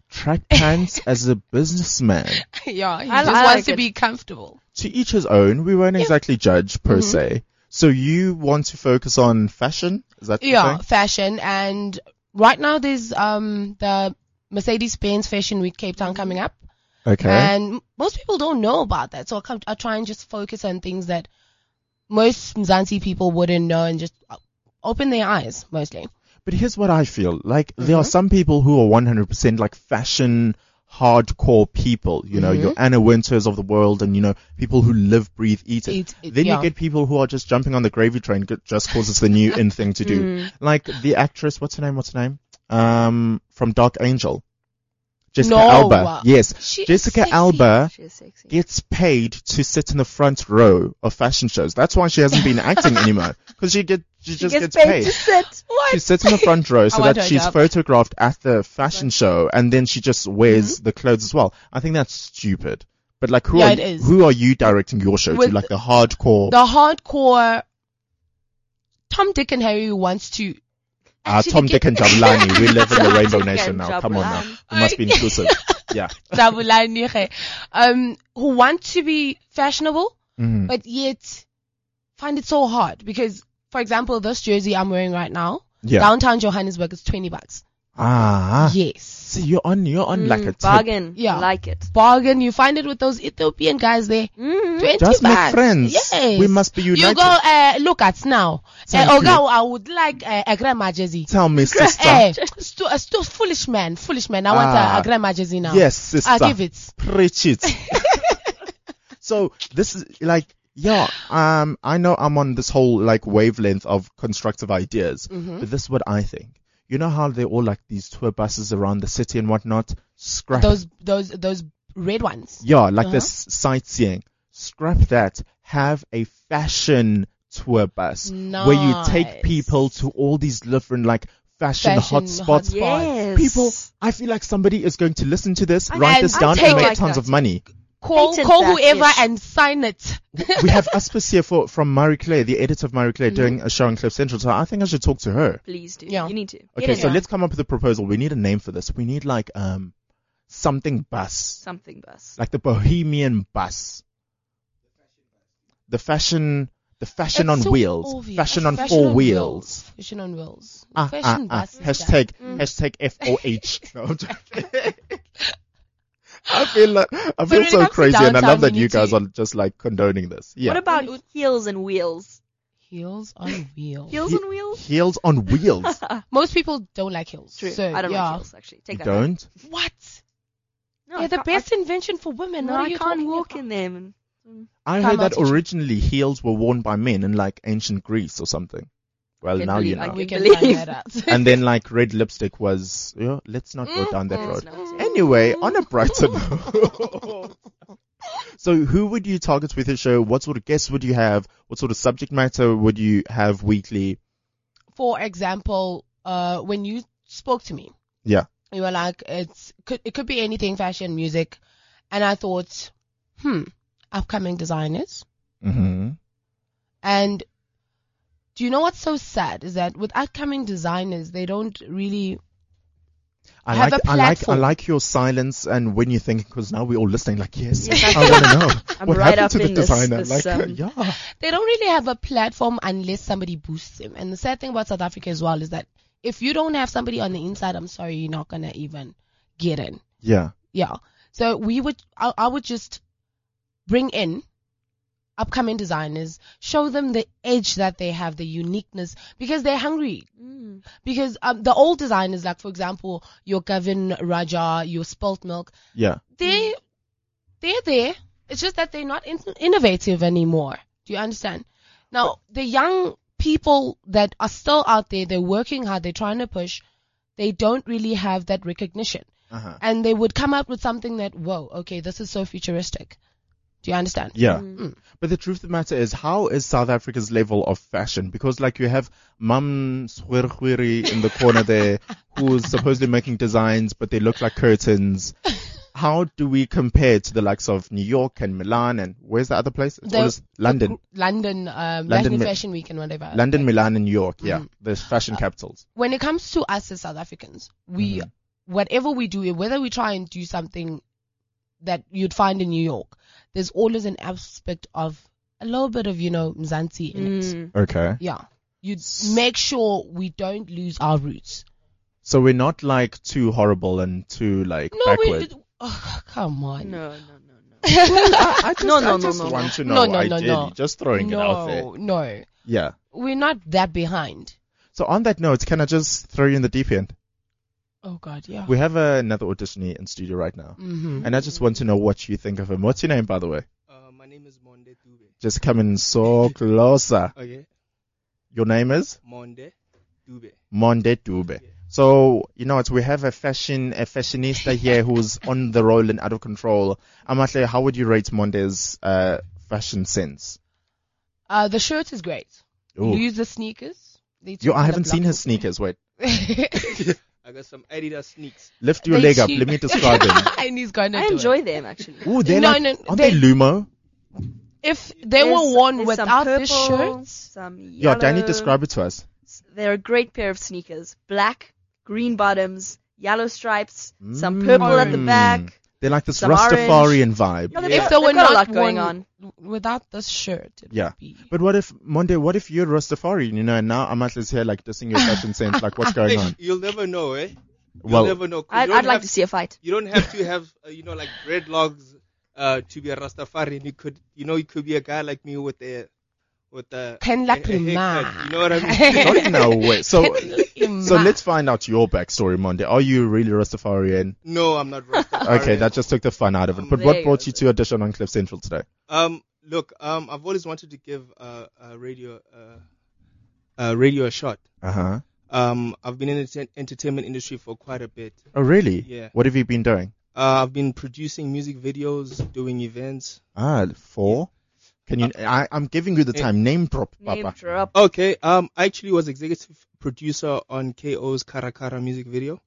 Track pants as a businessman.
yeah, he
I
just
like
wants to
it.
be comfortable.
To each his own. We won't exactly judge per
Mm-hmm.
se. So you want to focus on fashion? Is that
Yeah,
the thing?
fashion and right now there's um the Mercedes Benz Fashion Week Cape Town coming up.
Okay.
And most people don't know about that. So I, come, I try and just focus on things that most Mzansi people wouldn't know and just uh, open their eyes mostly.
But here's what I feel. Like, there are
Mm-hmm.
some people who are 100% like fashion hardcore people, you know, your
Mm-hmm.
Anna Winters of the world and, you know, people who live, breathe, eat it.
Eat it,
then
yeah.
you get people who are just jumping on the gravy train g- just because it's the new in thing to
Mm.
do.
Mm-hmm.
Like the actress, what's her name? What's her name? Um, from Dark Angel. Jessica
No.
Alba. Yes.
She is
Jessica
sexy.
Alba
She is sexy.
gets paid to sit in the front row of fashion shows. That's why she hasn't been acting anymore. Because she get she, just
gets,
gets
paid, to sit.
she sits in the front row so
want
that
her
she's
job.
photographed at the fashion show and then she just wears the clothes as well. I think that's stupid. But like who
Mm-hmm. Yeah,
are
it is.
who are you directing your show
With
to? Like the hardcore
The hardcore Tom, Dick, and Harry wants to.
uh,
actually
Tom
get-
Dick and Jabulani. We live in the Rainbow Nation
and
now. Come on now.
Jabulani.
We must be inclusive. yeah.
Zabulani, eh, um, who want to be fashionable,
Mhm.
but yet find it so hard because, for example, this jersey I'm wearing right now,
Yeah.
downtown Johannesburg is 20 bucks.
Ah.
Yes. Mm,
See, you're on you're on like a tip.
Mm, Bargain.
Yeah.
Like it.
bargain. You find it with those Ethiopian guys there.
Mm.
20
Just make
bucks.
friends.
Yes.
We must be
You
united.
go, uh, look at now.
Thank
uh,
you.
Oga, I would like uh, a grandma jersey.
Tell me, sister.
Eh, stu- uh, stu- foolish man, foolish man. I want
Ah.
a, a grandma jersey now.
Yes, sister.
I give it.
preach it. so this is like, yeah, um, I know I'm on this whole like wavelength of constructive ideas,
Mm-hmm.
but this is what I think. You know how they're all like these tour buses around the city and whatnot? Scrap.
Those, those, those red ones. Uh-huh.
yeah, like this sightseeing. Scrap that. Have a fashion tour bus where you take
Nice.
people to all these different like fashion,
Fashion
hotspots.
hot-
Yes.
People, I feel like somebody is going to listen to this,
I-
write
and
this down,
take
and make
like
tons
that.
of money.
Call,
Patent
call
that
whoever
itch.
and sign it.
we have Aspis here for, from Marie Claire, the editor of Marie Claire, doing a show on Cliff Central. So I think I should talk to her.
Please do.
Yeah.
You need to. Get
Okay,
in
so
there.
let's come up with a proposal. We need a name for this. We need like um something bus,
Something bus.
like the Bohemian bus, the fashion, the fashion
It's
on
so
wheels,
obvious.
fashion on
Fashion
four
on
wheels.
Fashion on wheels.
Ah,
Fashion
ah, ah.
buses, yeah. Mm.
Hashtag hashtag F O H. No, I'm joking. I feel like I feel
when it
so
comes to
crazy, and I
downtown,
love that
we
you
need to-
guys are just like condoning this. Yeah.
What about heels and wheels?
Heels on wheels.
Heels
He-
and wheels?
heels on wheels?
Most people don't like heels.
True.
So,
I don't
yeah.
like heels actually. Take
you
that.
don't.
back.
What?
No, I
They're the
can't- I-
best invention for women.
No,
what are
I
you
can't
talking
walk
about?
in them. and-
I
Time
heard that
out, teacher.
originally heels were worn by men in like ancient Greece or something. Well,
Can
now you
believe I
know.
We
can
can find
believe.
that out.
And then like red lipstick was, you know, let's not
Mm,
go down that road. Anyway, on a brighter note. so who would you target with your show? What sort of guests would you have? What sort of subject matter would you have weekly?
for example, uh, when you spoke to me,
Yeah.
you were like, it's could it could be anything, fashion, music, and I thought, hmm, upcoming designers.
Mm-hmm.
And do you know what's so sad is that with upcoming designers, they don't really.
I
Have
like,
a
I like, I
platform.
like your silence and when you're thinking, cause now we're all listening like, yes,
Yes, I
I want to know
I'm
what
right
happened
up
to the
in this-
designer.
this,
like,
um,
yeah.
They don't really have a platform unless somebody boosts them. And the sad thing about South Africa as well is that if you don't have somebody on the inside, I'm sorry, you're not gonna even get in.
Yeah.
Yeah. So we would, I, I would just bring in upcoming designers, show them the edge that they have, the uniqueness, because they're hungry. Because um, the old designers, like for example, your Gavin Raja, your Spilt Milk,
Yeah.
they, they're there. It's just that they're not in- innovative anymore. Do you understand? Now the young people that are still out there, they're working hard, they're trying to push, they don't really have that recognition
Uh-huh.
and they would come up with something that whoa okay this is so futuristic do you understand
Yeah. Mm. But the truth of the matter is, how is South Africa's level of fashion? Because like you have Mam Swirhwiri in the corner there, who's supposedly making designs, but they look like curtains. how do we compare to the likes of New York and Milan and where's the other place? It's
The-
always London.
London, um,
London
London
Mi-
Fashion Week and whatever.
London, Milan, and New York. Yeah,
Mm.
the fashion capitals.
when it comes to us as South Africans, we whatever we do, whether we try and do something that you'd find in New York, there's always an aspect of a little bit of you know Mzansi in it.
Mm.
Okay.
Yeah, you make sure we don't lose our roots.
So we're not like too horrible and too like
No, we.
backward.
Oh, come on.
No, no, no, no.
I, I just,
No, no,
I
no,
just
no, no.
want to know.
No, no, no,
ideally,
no.
just throwing it out there.
No, no,
Yeah.
we're not that behind.
So on that note, can I just throw you in the deep end?
Oh God, yeah.
We have uh, another auditionee in studio right now,
Mm-hmm.
and I just want to know what you think of him. What's your name, by the way?
Uh, my name is Monde Dube.
Just coming so closer.
Okay.
Your name is
Monde Dube.
Monde Dube. So you know what? We have a fashion a fashionista here who's on the roll and out of control. Amatle, how would you rate Monde's uh, fashion sense?
Uh, the shirt is great.
Ooh.
Use the sneakers. They
Yo,
took the
I haven't seen
black-
his sneakers. Wait,
I got some Adidas sneaks.
lift your
They
leg up.
cheap.
Let me describe him.
and he's gonna. do
I
it.
enjoy them actually.
Ooh, they're
No,
like,
no,
aren't they,
they-
Lumo?
If they
There's-
were worn
there's some
without this
purple,
shirt,
some
Yo,
yellow.
Danny, describe it to us.
They're a great pair of sneakers. Black, green bottoms, yellow stripes, some
Mm.
purple at the
Orange.
back.
They're like this
Some
Rastafarian vibe.
Yeah,
if
they've
they
got-
were
they've got
not
a lot going
worn
on.
w- without this shirt, it
Yeah.
would be.
But what if Monday? What if you're Rastafarian, you know, and now Amatle's here like dissing your fashion sense? Like, what's going on?
You'll never know, eh? You'll
Well,
never know. 'cause
I'd,
you don't
I'd like
have-
to see a fight.
You don't have to have, uh, you know, like dreadlocks uh, to be a Rastafarian. You could, you know, you could be a guy like me with a, with a.
Ken La
a- a haircut, You know what I mean?
not in our way. So, so
So
let's find out your backstory, Monday. Are you really Rastafarian?
no, I'm not Rastafarian.
Okay, that just took the fun out of it. But
There
what
you
brought
go.
you to audition on Cliff Central today?
Um, look, um, I've always wanted to give uh, uh radio, uh, uh, radio a shot.
Uh huh.
Um, I've been in the ent- entertainment industry for quite a bit.
Oh, really?
Yeah.
What have you been doing?
Uh, I've been producing music videos, doing events.
Ah, four. Can you?
Uh,
I, I'm giving you the time. Name drop, Papa.
Name drop.
Okay, um, I actually was executive producer on KO's Karakara music video.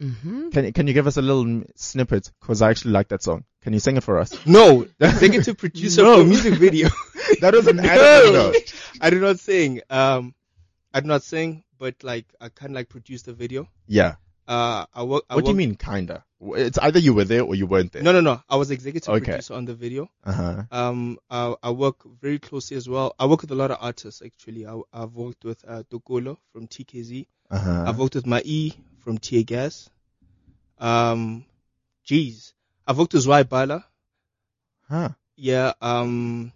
Mm.
Can Can you give us a little m- snippet? Cause I actually like that song. Can you sing it for us?
No, executive producer for music video.
That was an
No.
ad. no.
I do not sing. Um, I do not sing, but like I kind of like produced a video.
Yeah.
Uh, I work. I
What do you
work-
mean, kinda? It's either you were there or you weren't there.
No, no, no. I was executive
Okay.
producer on the video.
Uh huh.
Um, I, I work very closely as well. I work with a lot of artists actually. I, I've worked with uh, Dokolo from TKZ.
Uh huh.
I've worked with Mai from Tear Gas. Um, jeez. I've worked with Zwai Bala.
Huh.
Yeah. Um,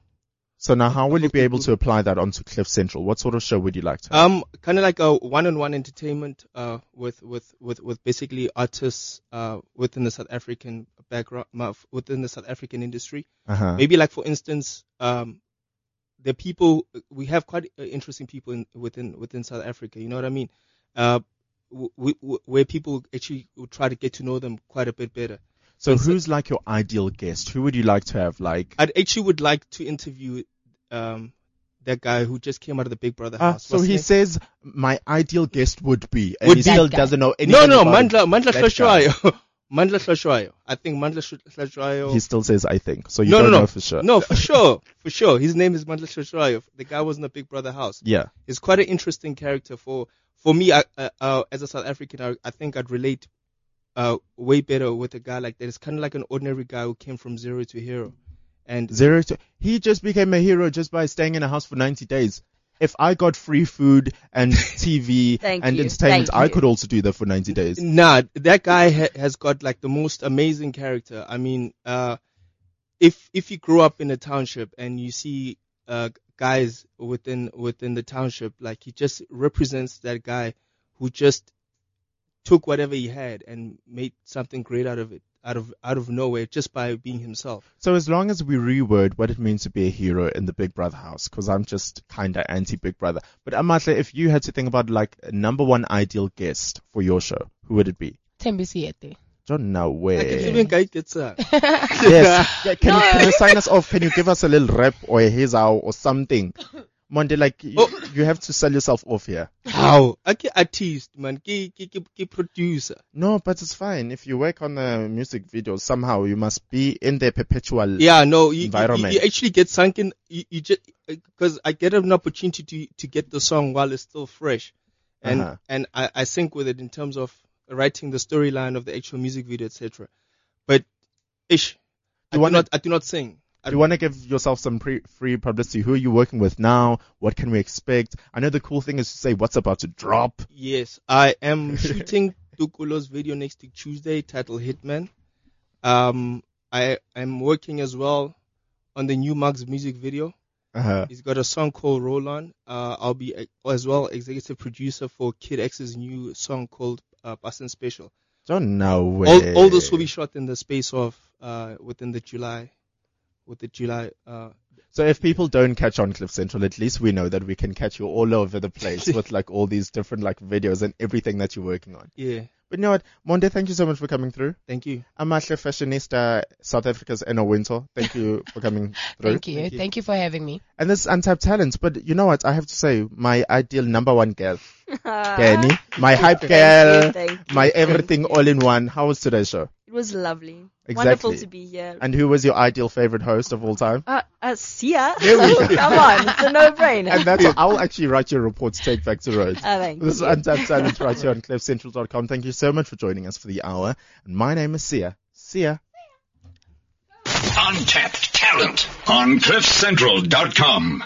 So now, how will you be able to apply that onto Cliff Central? What sort of show would you like to? Have?
um, kind of like a one-on-one entertainment, uh, with, with, with, with basically artists, uh, within the South African background, ma- within the South African industry.
Uh huh.
Maybe like, for instance, um, the people, we have quite uh, interesting people in, within, within South Africa. You know what I mean? Uh, w- w- w- where people actually would try to get to know them quite a bit better.
So who's like your ideal guest? Who would you like to have? Like
I'd actually would like to interview um that guy who just came out of the Big Brother
Ah,
house.
so
What's
he
his
says my ideal guest would be, and
Would
he
be-
still
That guy.
doesn't know
name?
anything.
no, no,
about him.
Mandla Mandla
That guy.
Hlashwayo. Mandla Hlashwayo. I think Mandla Sh- Hlashwayo.
He still says I think. So you
no,
don't
no, no,
know for sure.
No, for sure, for sure. His name is Mandla Hlashwayo. The guy was in the Big Brother house.
Yeah.
He's quite an interesting character for for me. I, uh, uh, as a South African, I, I think I'd relate uh way better with a guy like that. It's kind of like an ordinary guy who came from zero to hero, and
Zero to, he just became a hero just by staying in a house for 90 days. If I got free food and TV
Thank
and
you.
entertainment,
Thank
I
you.
could also do that for 90 days.
Nah, that guy ha- has got like the most amazing character. I mean, uh, if if you grew up in a township and you see uh, guys within within the township, like he just represents that guy who just took whatever he had and made something great out of it, out of out of nowhere, just by being himself.
So as long as we reword what it means to be a hero in the Big Brother house, because I'm just kinda anti Big Brother. But Amatla, if you had to think about like a number one ideal guest for your show, who would it be?
Tembi Siete.
Don't know
Like, if
where.
even guy gets a-
Yes. Yeah, Can, you, can you sign us off? Can you give us a little rap or a here's how or something? Monday, like you, you have to sell yourself off here.
Oh. How? Ake artist man, ke ke ke ke producer.
No, but it's fine. If you work on a music video, somehow you must be in the perpetual.
Yeah, no, you, you,
Environment.
you actually get sunken. You, you just because I get an opportunity to to get the song while it's still fresh, and
Uh-huh.
and I, I sync with it in terms of writing the storyline of the actual music video, etc. But ish, I do
wanna-
not I do not sing.
Do you want to give yourself some pre- free publicity? Who are you working with now? What can we expect? I know the cool thing is to say what's about to drop.
Yes, I am shooting Tukulo's video next week Tuesday, titled Hitman. Um, I am working as well on the new Mugs music video.
Uh-huh.
He's got a song called Roll On. Uh, I'll be uh, as well executive producer for Kid X's new song called uh, Boston Special.
Don't know
All,
where.
all this will be shot in the space of uh, within the July, with the July. Uh,
So if people don't catch on Cliff Central, at least we know that we can catch you all over the place with like all these different like videos and everything that you're working on.
yeah,
But you know what, Monday, thank you so much for coming through.
thank you.
Amahle Fashionista, South Africa's Anna Winter. Thank you for coming through.
Thank you. Thank you for having me.
And this is Untapped Talents, but you know what? I have to say, my ideal number one girl, Kenny, my hype girl,
Thank you, thank you.
my everything all in one. How was today's show?
It was lovely.
Exactly.
Wonderful to be here.
And who was your ideal favorite host of all time?
uh, uh, see ya.
There we go.
Come on, it's a no-brainer.
And that's, I'll actually write your report to take back to roads.
Ah, thank
This is
you.
Untapped Talent right here on CliffCentral.com. Thank you so much for joining us for the hour. And my name is Sia. Sia.
Untapped talent on CliffCentral.com.